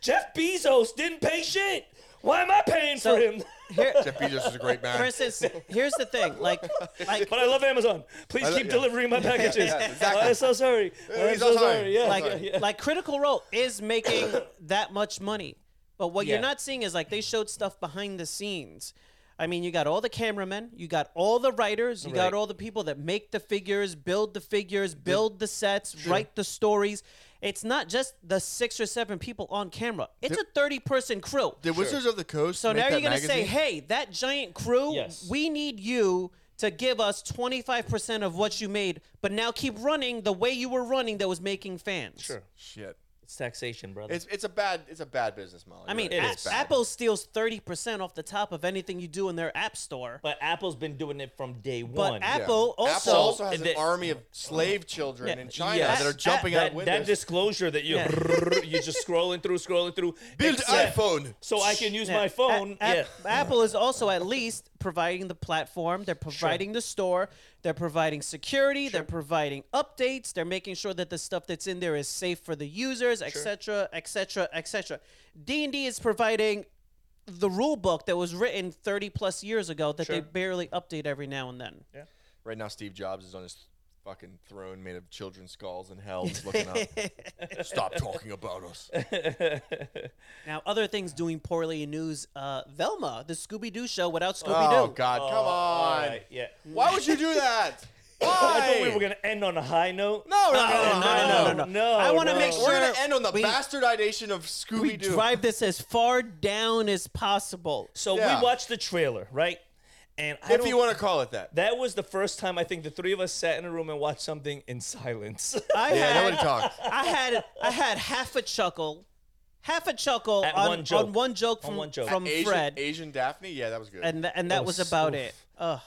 Speaker 1: Jeff Bezos didn't pay shit. Why am I paying
Speaker 3: So-
Speaker 1: for him?
Speaker 3: Here,
Speaker 2: Jeff Bezos is a great man.
Speaker 3: for instance, here's the thing. Like, like
Speaker 1: But I love Amazon. Please
Speaker 2: love-
Speaker 1: keep
Speaker 2: yeah.
Speaker 1: delivering my packages. Oh,
Speaker 2: yeah, exactly.
Speaker 1: I'm so sorry. I'm
Speaker 2: he's
Speaker 1: so
Speaker 2: on time.
Speaker 1: sorry. Yeah,
Speaker 2: Like-
Speaker 1: yeah, yeah.
Speaker 3: like Critical Role is making that much money. But what
Speaker 1: Yeah.
Speaker 3: you're not seeing is like they showed stuff behind the scenes. I mean, you got all the cameramen, you got all the writers, you
Speaker 1: Right.
Speaker 3: got all the people that make the figures, build the figures, build the sets, write the stories. It's not just the six or seven people on camera. It's a 30 person crew.
Speaker 2: Did Wizards of the Coast?
Speaker 3: So
Speaker 2: make
Speaker 3: now
Speaker 2: that
Speaker 3: you're going to say,
Speaker 2: magazine?
Speaker 3: hey, that giant crew,
Speaker 1: Yes.
Speaker 3: we need you to give us 25% of what you made, but now keep running the way you were running that was making fans.
Speaker 1: Sure.
Speaker 2: shit.
Speaker 1: It's taxation, brother.
Speaker 2: It's it's a bad it's a bad business model.
Speaker 3: I mean,
Speaker 1: It
Speaker 3: A-
Speaker 1: is bad.
Speaker 3: Apple steals 30% off the top of anything you do in their app store. But,
Speaker 1: but Apple's been doing it from day one.
Speaker 3: Apple also.
Speaker 2: Apple also has
Speaker 1: and they-
Speaker 2: an army of slave children in China
Speaker 1: yes.
Speaker 2: that are jumping out
Speaker 1: that,
Speaker 2: windows.
Speaker 1: that disclosure that you
Speaker 3: Yeah.
Speaker 1: you're just scrolling through, scrolling through.
Speaker 2: Build
Speaker 1: except-
Speaker 2: iPhone.
Speaker 1: So I can use
Speaker 3: Yeah.
Speaker 1: my phone.
Speaker 3: A- App-
Speaker 1: yeah.
Speaker 3: Apple is also at least providing the platform. They're providing the store. They're providing security. They're providing updates. They're making sure that the stuff that's in there is safe for the users, etc., etc., etc. D and D is providing the rule book that was written 30 plus years ago that they
Speaker 1: Sure.
Speaker 3: barely update every now and then.
Speaker 2: right now, Steve Jobs is on his fucking throne made of children's skulls and hell. He's looking up. Stop talking about us.
Speaker 3: Now, other things doing poorly in news. Uh, Velma, the Scooby Doo show without Scooby Doo.
Speaker 2: Oh God, come on!
Speaker 1: Right, yeah.
Speaker 2: Why would you do that? Why?
Speaker 1: I thought we were gonna end on a high note.
Speaker 2: No, we're not
Speaker 1: Oh,
Speaker 2: gonna end
Speaker 1: no,
Speaker 2: on a
Speaker 1: no, no,
Speaker 2: high
Speaker 1: no.
Speaker 3: I wanna
Speaker 1: no.
Speaker 3: make
Speaker 2: We're gonna
Speaker 3: Sure,
Speaker 2: end on the
Speaker 3: we-
Speaker 2: bastardization of
Speaker 3: We
Speaker 2: Scooby Doo.
Speaker 3: drive this as far down as possible.
Speaker 1: So
Speaker 2: Yeah.
Speaker 1: we watched the trailer, right? And I
Speaker 2: if
Speaker 1: don't,
Speaker 2: you want to call it that.
Speaker 1: that was the first time I think the three of us sat in a room and watched something in silence.
Speaker 3: I
Speaker 2: Yeah,
Speaker 3: had
Speaker 2: nobody talked.
Speaker 3: I had I had half a chuckle, half a chuckle
Speaker 1: At
Speaker 3: on
Speaker 1: one joke.
Speaker 3: on one joke
Speaker 1: On
Speaker 3: from
Speaker 1: one joke.
Speaker 3: from
Speaker 2: Asian,
Speaker 3: Fred,
Speaker 2: Asian Daphne, yeah, that was good.
Speaker 3: and th- and that
Speaker 1: Oh,
Speaker 3: was
Speaker 1: so-
Speaker 3: about it. Ugh.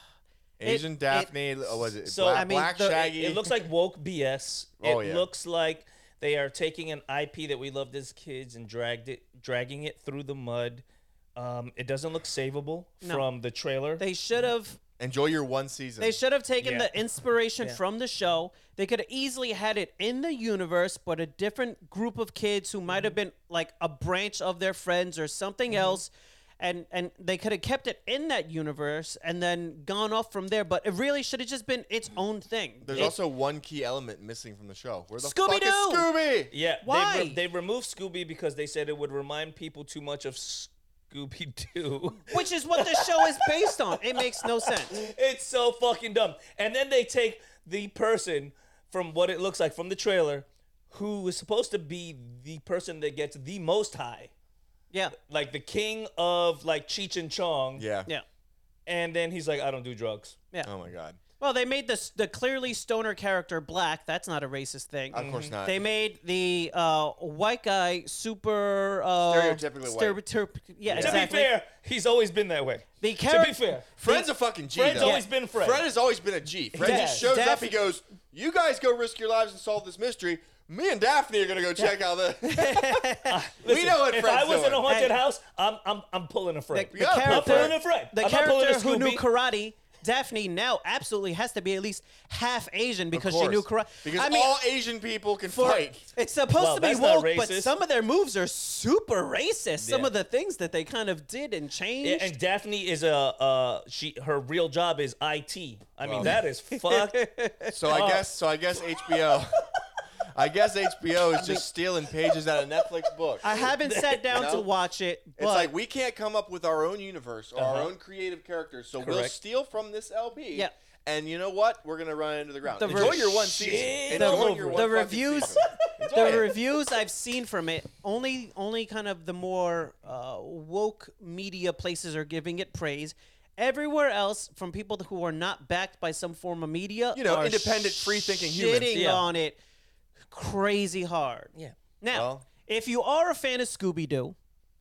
Speaker 3: it-
Speaker 2: Asian
Speaker 3: it-
Speaker 2: Daphne, oh, was it
Speaker 1: so,
Speaker 2: Black,
Speaker 1: I
Speaker 3: mean,
Speaker 2: Black
Speaker 3: the-
Speaker 2: Shaggy?
Speaker 1: It looks like woke BS.
Speaker 2: Oh,
Speaker 1: it
Speaker 2: yeah.
Speaker 1: looks like they are taking an IP that we loved as kids and dragged it, dragging it through the mud. Um, it doesn't look savable from the trailer.
Speaker 3: They should have
Speaker 2: enjoy your one season.
Speaker 3: they should have taken
Speaker 1: Yeah.
Speaker 3: the inspiration from the show. They could have easily had it in the universe, but a different group of kids who might have been like a branch of their friends or something else. And, and they could have kept it in that universe and then gone off from there, but it really should have just been its own thing.
Speaker 2: There's
Speaker 3: It-
Speaker 2: also one key element missing from the show. Where the fuck is
Speaker 3: Scooby-Doo!
Speaker 2: Scooby?
Speaker 1: yeah,
Speaker 3: Why?
Speaker 1: They, re- they removed Scooby because they said it would remind people too much of Scooby Doo.
Speaker 3: which is what the show is based on. It makes no sense.
Speaker 1: It's so fucking dumb. And then they take the person from what it looks like from the trailer who is supposed to be the person that gets the most high.
Speaker 3: Yeah.
Speaker 1: Like the king of like Cheech and Chong.
Speaker 2: Yeah.
Speaker 3: Yeah.
Speaker 1: And then he's like, I don't do drugs.
Speaker 2: Oh my god.
Speaker 3: Well, they made this the clearly stoner character black. That's not a racist thing.
Speaker 2: Of course not.
Speaker 3: Mm-hmm. They made the uh, white guy super uh,
Speaker 2: Stereotypically white.
Speaker 3: stereotyp- Yeah,
Speaker 1: To be
Speaker 3: exactly.
Speaker 1: fair, he's always been that way.
Speaker 3: The
Speaker 1: to
Speaker 3: character.
Speaker 1: be fair.
Speaker 2: Fred's a fucking G.
Speaker 1: Fred's
Speaker 2: though.
Speaker 1: always been Fred.
Speaker 2: Fred has always been a G. Fred
Speaker 1: Yeah.
Speaker 2: just shows up. He
Speaker 3: Daphne-
Speaker 2: goes, "You guys go risk your lives and solve this mystery. Me and Daphne are gonna go check out the." we know what
Speaker 1: if
Speaker 2: Fred's
Speaker 1: I was
Speaker 2: doing.
Speaker 1: in a haunted
Speaker 3: Hey.
Speaker 1: house, I'm I'm I'm pulling a Fred.
Speaker 3: The,
Speaker 2: Yeah, I'm
Speaker 1: I'm
Speaker 2: not
Speaker 1: pulling
Speaker 3: character,
Speaker 1: a Fred.
Speaker 3: the
Speaker 1: I'm not pulling a
Speaker 3: character who knew
Speaker 1: Scooby.
Speaker 3: karate, Daphne, now absolutely has to be at least half Asian because she
Speaker 2: course.
Speaker 3: knew karate.
Speaker 2: Because
Speaker 3: I mean,
Speaker 2: all Asian people can fight.
Speaker 3: It's supposed
Speaker 1: Well,
Speaker 3: to be
Speaker 1: that's not
Speaker 3: woke, but
Speaker 1: racist.
Speaker 3: some of their moves are super racist. Some
Speaker 1: Yeah.
Speaker 3: of the things that they kind of did and changed.
Speaker 1: Yeah, and Daphne is a uh she her real job is IT. I mean
Speaker 2: Wow.
Speaker 1: that is fucked
Speaker 2: So
Speaker 3: Oh.
Speaker 2: I guess so I guess HBO I guess HBO is just stealing pages out of Netflix books.
Speaker 3: I haven't sat down
Speaker 2: know?
Speaker 3: to watch it, but
Speaker 2: it's like we can't come up with our own universe or our
Speaker 1: Uh-huh.
Speaker 2: own creative characters, so we'll
Speaker 1: Correct.
Speaker 2: steal from this LP.
Speaker 3: Yeah.
Speaker 2: And you know what? We're gonna run into the ground.
Speaker 3: The
Speaker 2: Enjoy
Speaker 3: re-
Speaker 2: your one
Speaker 1: Shit.
Speaker 2: season.
Speaker 1: The-
Speaker 2: Enjoy your
Speaker 1: the
Speaker 2: one fucking
Speaker 3: reviews-
Speaker 2: season. Enjoy
Speaker 3: the
Speaker 2: it.
Speaker 3: reviews I've seen from it, only only kind of the more uh, woke media places are giving it praise. Everywhere else, from people who are not backed by some form of media,
Speaker 2: You know,
Speaker 3: are
Speaker 2: independent, free-thinking humans.
Speaker 3: shitting
Speaker 1: Yeah.
Speaker 3: on it crazy hard.
Speaker 1: Yeah.
Speaker 3: Now,
Speaker 2: Well-
Speaker 3: if you are a fan of Scooby Doo.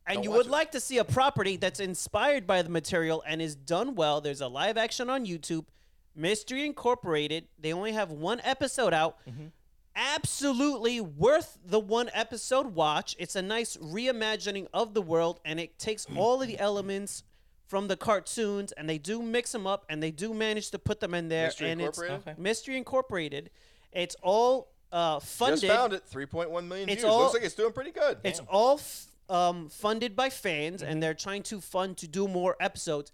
Speaker 3: And
Speaker 2: Don't
Speaker 3: you
Speaker 2: watch
Speaker 3: would
Speaker 2: it.
Speaker 3: like to see a property that's inspired by the material and is done well. There's a live action on YouTube, Mystery Incorporated. They only have one episode
Speaker 2: Mm-hmm.
Speaker 3: out absolutely worth the one episode watch. It's a nice reimagining of the world, and it takes all of the elements from the cartoons, and they do mix them up, and they do manage to put them in there.
Speaker 2: Mystery
Speaker 3: and it's
Speaker 2: Incorporated?
Speaker 1: Okay.
Speaker 3: Mystery Incorporated. It's all uh, funded.
Speaker 2: Just found it. 3.1 million
Speaker 3: It's
Speaker 2: views.
Speaker 3: all-
Speaker 2: Looks like it's doing pretty good.
Speaker 3: It's all f- um, funded by fans, and they're trying to fund to do more episodes.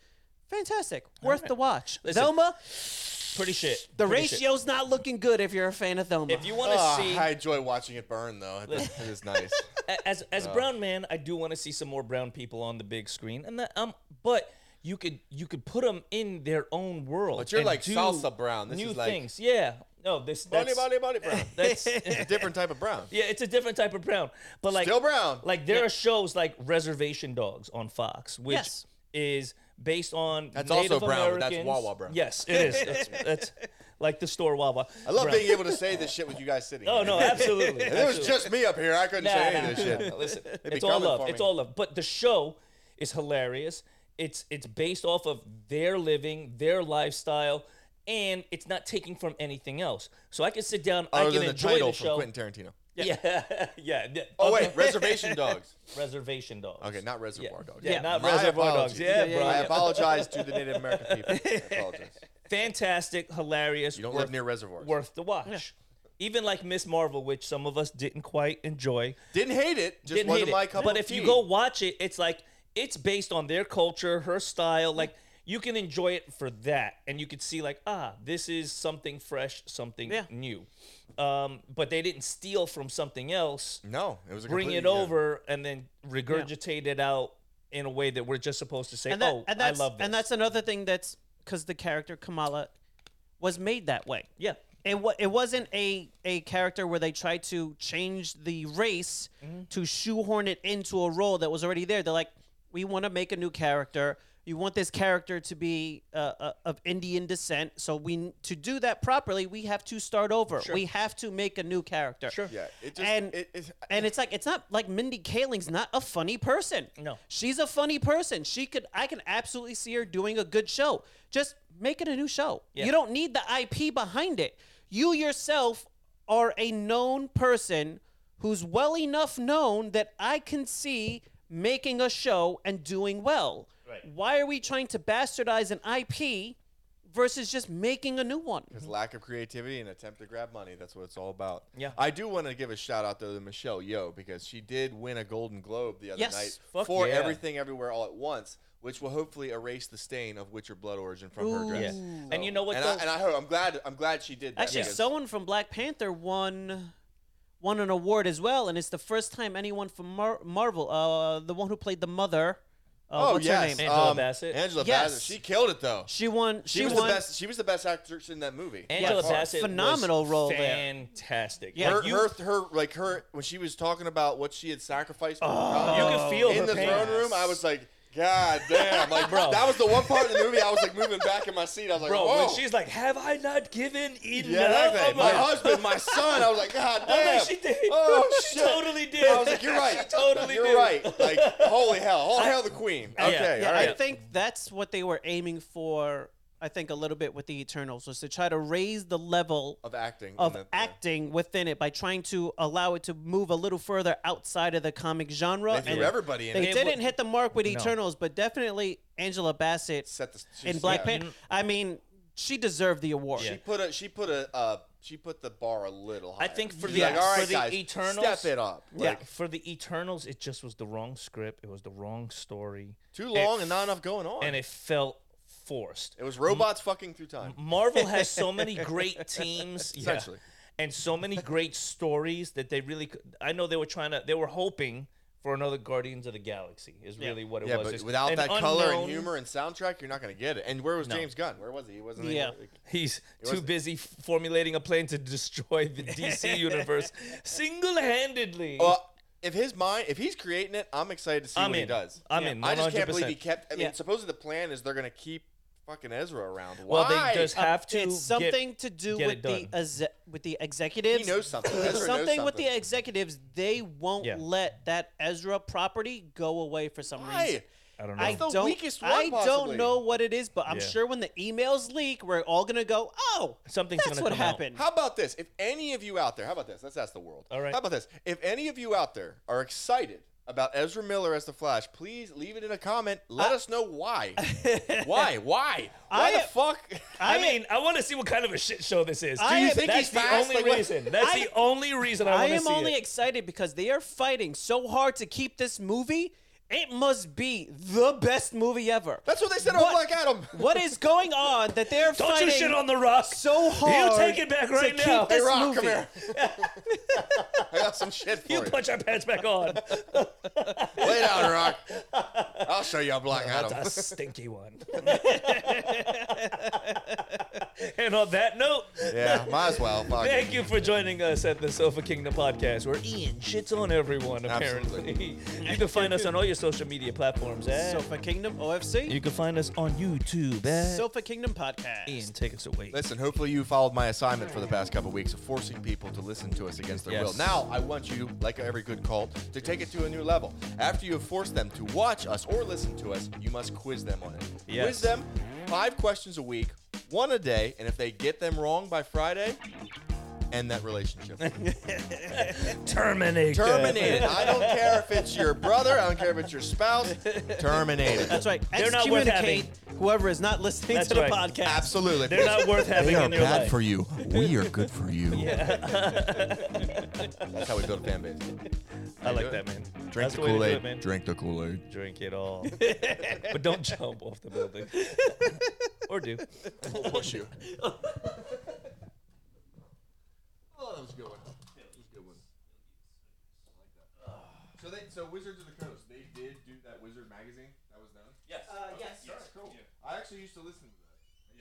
Speaker 3: Fantastic, worth the watch.
Speaker 1: Listen,
Speaker 3: Thelma,
Speaker 1: Pretty shit.
Speaker 3: the
Speaker 1: Pretty shit.
Speaker 3: ratio's not looking good if you're a fan of Thelma.
Speaker 1: If you want to
Speaker 2: Ah,
Speaker 1: see,
Speaker 2: I enjoy watching it burn though. It is it is nice.
Speaker 1: A- as as brown man, I do want to see some more brown people on the big screen, and that um, but you could you could put them in their own world.
Speaker 2: But you're
Speaker 1: and
Speaker 2: like
Speaker 1: do
Speaker 2: salsa brown. This
Speaker 1: new
Speaker 2: is like-
Speaker 1: things, yeah. No, this
Speaker 2: Bunny,
Speaker 1: that's,
Speaker 2: bunny, bunny brown.
Speaker 1: that's
Speaker 2: It's a different type of brown.
Speaker 1: yeah, it's a different type of brown. But like
Speaker 2: Still brown.
Speaker 1: Like there are shows like Reservation Dogs on Fox, which
Speaker 3: Yes.
Speaker 1: is based on
Speaker 2: That's also
Speaker 1: Native
Speaker 2: brown, but that's
Speaker 1: Americans.
Speaker 2: Wawa brown.
Speaker 1: Yes, it is. That's, that's like the store Wawa.
Speaker 2: I love
Speaker 1: brown.
Speaker 2: being able to say this shit with you guys sitting.
Speaker 1: Oh
Speaker 2: here.
Speaker 1: no, absolutely.
Speaker 2: If it was
Speaker 1: absolutely.
Speaker 2: just me up here, I couldn't
Speaker 1: Nah,
Speaker 2: say
Speaker 1: nah,
Speaker 2: any of this
Speaker 1: nah,
Speaker 2: shit.
Speaker 1: nah, Listen,
Speaker 2: be
Speaker 1: it's all
Speaker 2: coming
Speaker 1: love.
Speaker 2: for
Speaker 1: It's
Speaker 2: me.
Speaker 1: all love. But the show is hilarious. It's it's based off of their living, their lifestyle, and it's not taking from anything else. So I can sit down, I
Speaker 2: Other
Speaker 1: can
Speaker 2: than the
Speaker 1: enjoy
Speaker 2: title
Speaker 1: the
Speaker 2: from
Speaker 1: show.
Speaker 2: Quentin Tarantino.
Speaker 1: yeah, yeah. yeah.
Speaker 2: Oh
Speaker 1: Okay.
Speaker 2: wait, Reservation Dogs.
Speaker 1: Reservation dogs.
Speaker 2: Okay, not
Speaker 1: yeah.
Speaker 2: Reservoir Dogs.
Speaker 1: Yeah, not
Speaker 2: My
Speaker 1: Reservoir Dogs.
Speaker 2: apologies.
Speaker 1: Yeah,
Speaker 3: Yeah,
Speaker 1: bro.
Speaker 2: I apologize to the Native American people. I apologize.
Speaker 1: Fantastic, hilarious.
Speaker 2: You don't
Speaker 1: worth,
Speaker 2: live near reservoirs.
Speaker 1: worth the watch. Even like Miss Marvel, which some of us didn't quite enjoy.
Speaker 2: Didn't hate it. Just
Speaker 1: didn't hate
Speaker 2: wasn't
Speaker 1: it.
Speaker 2: my cup
Speaker 1: but
Speaker 2: of
Speaker 1: if you
Speaker 2: tea.
Speaker 1: go watch it, it's like it's based on their culture, her style. Like you can enjoy it for that, and you could see like ah, this is something fresh, something
Speaker 3: Yeah.
Speaker 1: new. Um, but they didn't steal from something else,
Speaker 2: no, it was a
Speaker 1: bring it
Speaker 2: completely- yeah.
Speaker 1: over, and then regurgitate it out in a way that we're just supposed to say,
Speaker 3: and that,
Speaker 1: oh,
Speaker 3: and that's,
Speaker 1: I love this.
Speaker 3: And that's another thing that's because the character Kamala was made that way.
Speaker 1: yeah.
Speaker 3: It, wa- it wasn't a, a character where they tried to change the race
Speaker 1: Mm-hmm.
Speaker 3: to shoehorn it into a role that was already there. They're like, we want to make a new character. You want this character to be uh, uh, of Indian descent. So we to do that properly, we have to start over. We have to make a new character.
Speaker 1: Sure.
Speaker 2: Yeah, it just
Speaker 3: And-
Speaker 2: it, it's,
Speaker 3: And it's like it's not like Mindy Kaling's not a funny person.
Speaker 1: No.
Speaker 3: She's a funny person. She could I can absolutely see her doing a good show. Just make it a new show.
Speaker 1: Yeah.
Speaker 3: You don't need the IP behind it. You yourself are a known person who's well enough known that I can see making a show and doing well.
Speaker 1: Right.
Speaker 3: Why are we trying to bastardize an IP versus just making a new one?
Speaker 2: It's lack of creativity and attempt to grab money. That's what it's all about.
Speaker 1: Yeah.
Speaker 2: I do want to give a shout out though to Michelle Yeoh because she did win a Golden Globe the other
Speaker 3: Yes.
Speaker 2: night
Speaker 1: Fuck
Speaker 2: for
Speaker 1: yeah.
Speaker 2: Everything Everywhere All at Once, which will hopefully erase the stain of Witcher blood origin from her
Speaker 1: Yeah.
Speaker 2: dress.
Speaker 1: And you know what
Speaker 2: And
Speaker 1: though?
Speaker 2: I, and I hope I'm glad I'm glad she did that.
Speaker 3: Actually,
Speaker 2: because-
Speaker 3: someone from Black Panther won won an award as well, and it's the first time anyone from Mar- Marvel, uh, the one who played the mother, uh,
Speaker 2: oh
Speaker 3: what's
Speaker 2: yes,
Speaker 3: her name?
Speaker 1: Angela Bassett.
Speaker 2: Angela
Speaker 3: Yes.
Speaker 2: Bassett. She killed it though. She,
Speaker 3: she won. She,
Speaker 2: was
Speaker 3: won.
Speaker 2: the best. She was the best actress in that movie. by
Speaker 1: Angela
Speaker 2: far.
Speaker 1: Bassett
Speaker 3: Phenomenal
Speaker 1: was
Speaker 3: role there.
Speaker 1: fantastic.
Speaker 3: Yeah.
Speaker 2: her,
Speaker 1: Like, you,
Speaker 2: her, her, like her, when she was talking about what she had sacrificed, for
Speaker 1: you
Speaker 2: oh,
Speaker 1: can feel
Speaker 2: in
Speaker 1: her
Speaker 2: the
Speaker 1: pain.
Speaker 2: throne room, I was like, God damn! Like,
Speaker 1: Bro.
Speaker 2: that was the one part of the movie I was like moving back in my seat. I was like,
Speaker 1: Bro,
Speaker 2: Whoa.
Speaker 1: when she's like, "Have I not given enough?"
Speaker 2: yeah, that thing.
Speaker 1: I'm
Speaker 2: my
Speaker 1: like,
Speaker 2: husband, my son. I was like, God
Speaker 1: I'm
Speaker 2: damn!
Speaker 1: like, she did.
Speaker 2: Oh
Speaker 1: she
Speaker 2: shit!
Speaker 1: totally did.
Speaker 2: I was like, you're right.
Speaker 1: She totally
Speaker 2: you're
Speaker 1: did.
Speaker 2: right. Like, holy hell! All hell the queen.
Speaker 1: Yeah,
Speaker 2: Okay,
Speaker 1: yeah,
Speaker 2: all
Speaker 3: yeah,
Speaker 2: right.
Speaker 3: I think that's what they were aiming for. I think a little bit with the Eternals was to try to raise the level
Speaker 2: of acting.
Speaker 3: of
Speaker 2: and the- yeah.
Speaker 3: acting within it by trying to allow it to move a little further outside of the comic genre.
Speaker 2: They threw
Speaker 3: and
Speaker 2: everybody in.
Speaker 3: they
Speaker 2: it.
Speaker 1: It
Speaker 3: didn't
Speaker 1: wa-
Speaker 3: hit the mark with Eternals, but definitely Angela Bassett
Speaker 2: Set the she-
Speaker 3: in Black
Speaker 2: yeah.
Speaker 3: Panther. I mean, she deserved the award.
Speaker 1: Yeah.
Speaker 2: She put a she put a uh, she put the bar a little higher.
Speaker 1: I think for
Speaker 2: She's
Speaker 1: the-
Speaker 2: like, all
Speaker 1: for
Speaker 2: right,
Speaker 1: the
Speaker 2: guys,
Speaker 1: Eternals-
Speaker 2: step it up.
Speaker 3: Yeah.
Speaker 2: Like,
Speaker 1: For the Eternals, it just was the wrong script. It was the wrong story,
Speaker 2: too long and not enough going on.
Speaker 1: and it felt forced.
Speaker 2: It was robots fucking through time.
Speaker 1: Marvel has so many great teams, yeah,
Speaker 2: Essentially.
Speaker 1: and so many great stories that they really. Could, I know they were trying to. They were hoping for another Guardians of the Galaxy. Is really what it
Speaker 2: Yeah,
Speaker 1: was.
Speaker 2: but
Speaker 1: It's
Speaker 2: without
Speaker 1: an
Speaker 2: that color and
Speaker 1: unknown-
Speaker 2: humor and soundtrack, you're not gonna get it. And where was James Gunn? Where was he? He wasn't.
Speaker 3: Yeah.
Speaker 2: anywhere.
Speaker 1: He's too busy f- formulating a plan to destroy the DC universe single-handedly.
Speaker 2: Well, if his mind, if he's creating it, I'm excited to see
Speaker 1: I'm
Speaker 2: Oh, what
Speaker 1: in.
Speaker 2: he does.
Speaker 1: I'm in.
Speaker 2: I just can't
Speaker 1: 100%.
Speaker 2: believe he kept. I mean,
Speaker 3: Yeah.
Speaker 2: supposedly the plan is they're gonna keep fucking Ezra around.
Speaker 1: Well, they
Speaker 2: Why?
Speaker 1: just have to.
Speaker 3: Uh, it's
Speaker 1: get-
Speaker 3: something to do
Speaker 1: get
Speaker 3: with
Speaker 1: it
Speaker 3: the
Speaker 1: done.
Speaker 3: exe- with the executives.
Speaker 2: He knows something. Ezra
Speaker 3: There's
Speaker 2: knows
Speaker 3: something, with the
Speaker 2: something.
Speaker 3: executives. They won't
Speaker 1: Yeah.
Speaker 3: let that Ezra property go away for some reason.
Speaker 2: Why?
Speaker 1: I don't know.
Speaker 3: I
Speaker 2: the
Speaker 3: don't.
Speaker 2: weakest one,
Speaker 3: I
Speaker 2: possibly.
Speaker 3: don't know what it is, but I'm
Speaker 1: Yeah.
Speaker 3: sure when the emails leak, we're all gonna go, "Oh,
Speaker 1: Something's
Speaker 3: that's
Speaker 1: gonna
Speaker 3: what
Speaker 1: come out."
Speaker 3: happened."
Speaker 2: How about this? If any of you out there, how about this? Let's ask the world.
Speaker 1: All right.
Speaker 2: How about this? If any of you out there are excited about Ezra Miller as the Flash, please leave it in a comment. Let us know why. why? Why? Why
Speaker 3: I-
Speaker 2: the fuck?
Speaker 1: I, mean, I want to see what kind of a shit show this is.
Speaker 3: I am-
Speaker 1: that's
Speaker 2: he's
Speaker 1: the
Speaker 2: fast?
Speaker 1: only
Speaker 2: Like, what-
Speaker 1: reason. That's
Speaker 3: I-
Speaker 1: the only reason I
Speaker 3: I
Speaker 1: want to
Speaker 3: am
Speaker 1: see
Speaker 3: only
Speaker 1: it.
Speaker 3: excited because they are fighting so hard to keep this movie. It must be the best movie ever.
Speaker 2: That's what they said on
Speaker 3: What-
Speaker 2: Black Adam.
Speaker 3: what is going on that they're
Speaker 1: Don't
Speaker 3: fighting
Speaker 1: you shit on the rock
Speaker 3: so hard?
Speaker 1: You take it back right
Speaker 3: keep
Speaker 1: now.
Speaker 3: this
Speaker 2: Hey, Rock, come
Speaker 3: movie.
Speaker 2: here. I got some shit for
Speaker 1: You
Speaker 2: you.
Speaker 1: punch our pants back on.
Speaker 2: Lay down, Rock. I'll show you a Black Adam.
Speaker 1: That's a stinky one. and on that note,
Speaker 2: yeah, might as well. Fuck.
Speaker 1: thank you for joining us at the Sofa Kingdom podcast, where Ian shits on everyone, apparently. you can find us on all your social media platforms at.
Speaker 3: Sofa Kingdom OFC.
Speaker 1: you can find us on YouTube at.
Speaker 3: Sofa Kingdom podcast.
Speaker 1: Ian, take us away.
Speaker 2: Listen, hopefully you followed my assignment for the past couple weeks of forcing people to listen to us against their
Speaker 1: Yes.
Speaker 2: will. Now, I want you, like every good cult, to take it to a new level. After you have forced them to watch us or listen to us, you must quiz them on it.
Speaker 1: Yes.
Speaker 2: Quiz them five questions a week, one a day, and if they get them wrong by Friday, end that relationship.
Speaker 1: Terminate.
Speaker 2: Terminate it. I don't care if it's your brother, I don't care if it's your spouse. Terminate it.
Speaker 3: That's right.
Speaker 1: They're not worth
Speaker 3: Excommunicate whoever is not listening
Speaker 1: That's
Speaker 3: to the
Speaker 1: right.
Speaker 3: podcast.
Speaker 2: Absolutely.
Speaker 1: They're not worth having
Speaker 2: They are
Speaker 1: in your
Speaker 2: bad
Speaker 1: life.
Speaker 2: for you. We are good for you. That's how we build a fan base.
Speaker 1: I like
Speaker 2: do it.
Speaker 1: that, man.
Speaker 2: Drink
Speaker 1: That's
Speaker 2: the
Speaker 1: way to do
Speaker 2: Kool
Speaker 1: it, man.
Speaker 2: Aid. Drink the Kool Aid.
Speaker 1: Drink it all. but don't jump off the building. or do.
Speaker 2: Push you. oh, that was a good one. That was a good one. I like that. So they, so Wizards of the Coast, they did do that Wizard magazine that was done.
Speaker 1: Yes.
Speaker 2: Yes, cool. I actually used to listen to that.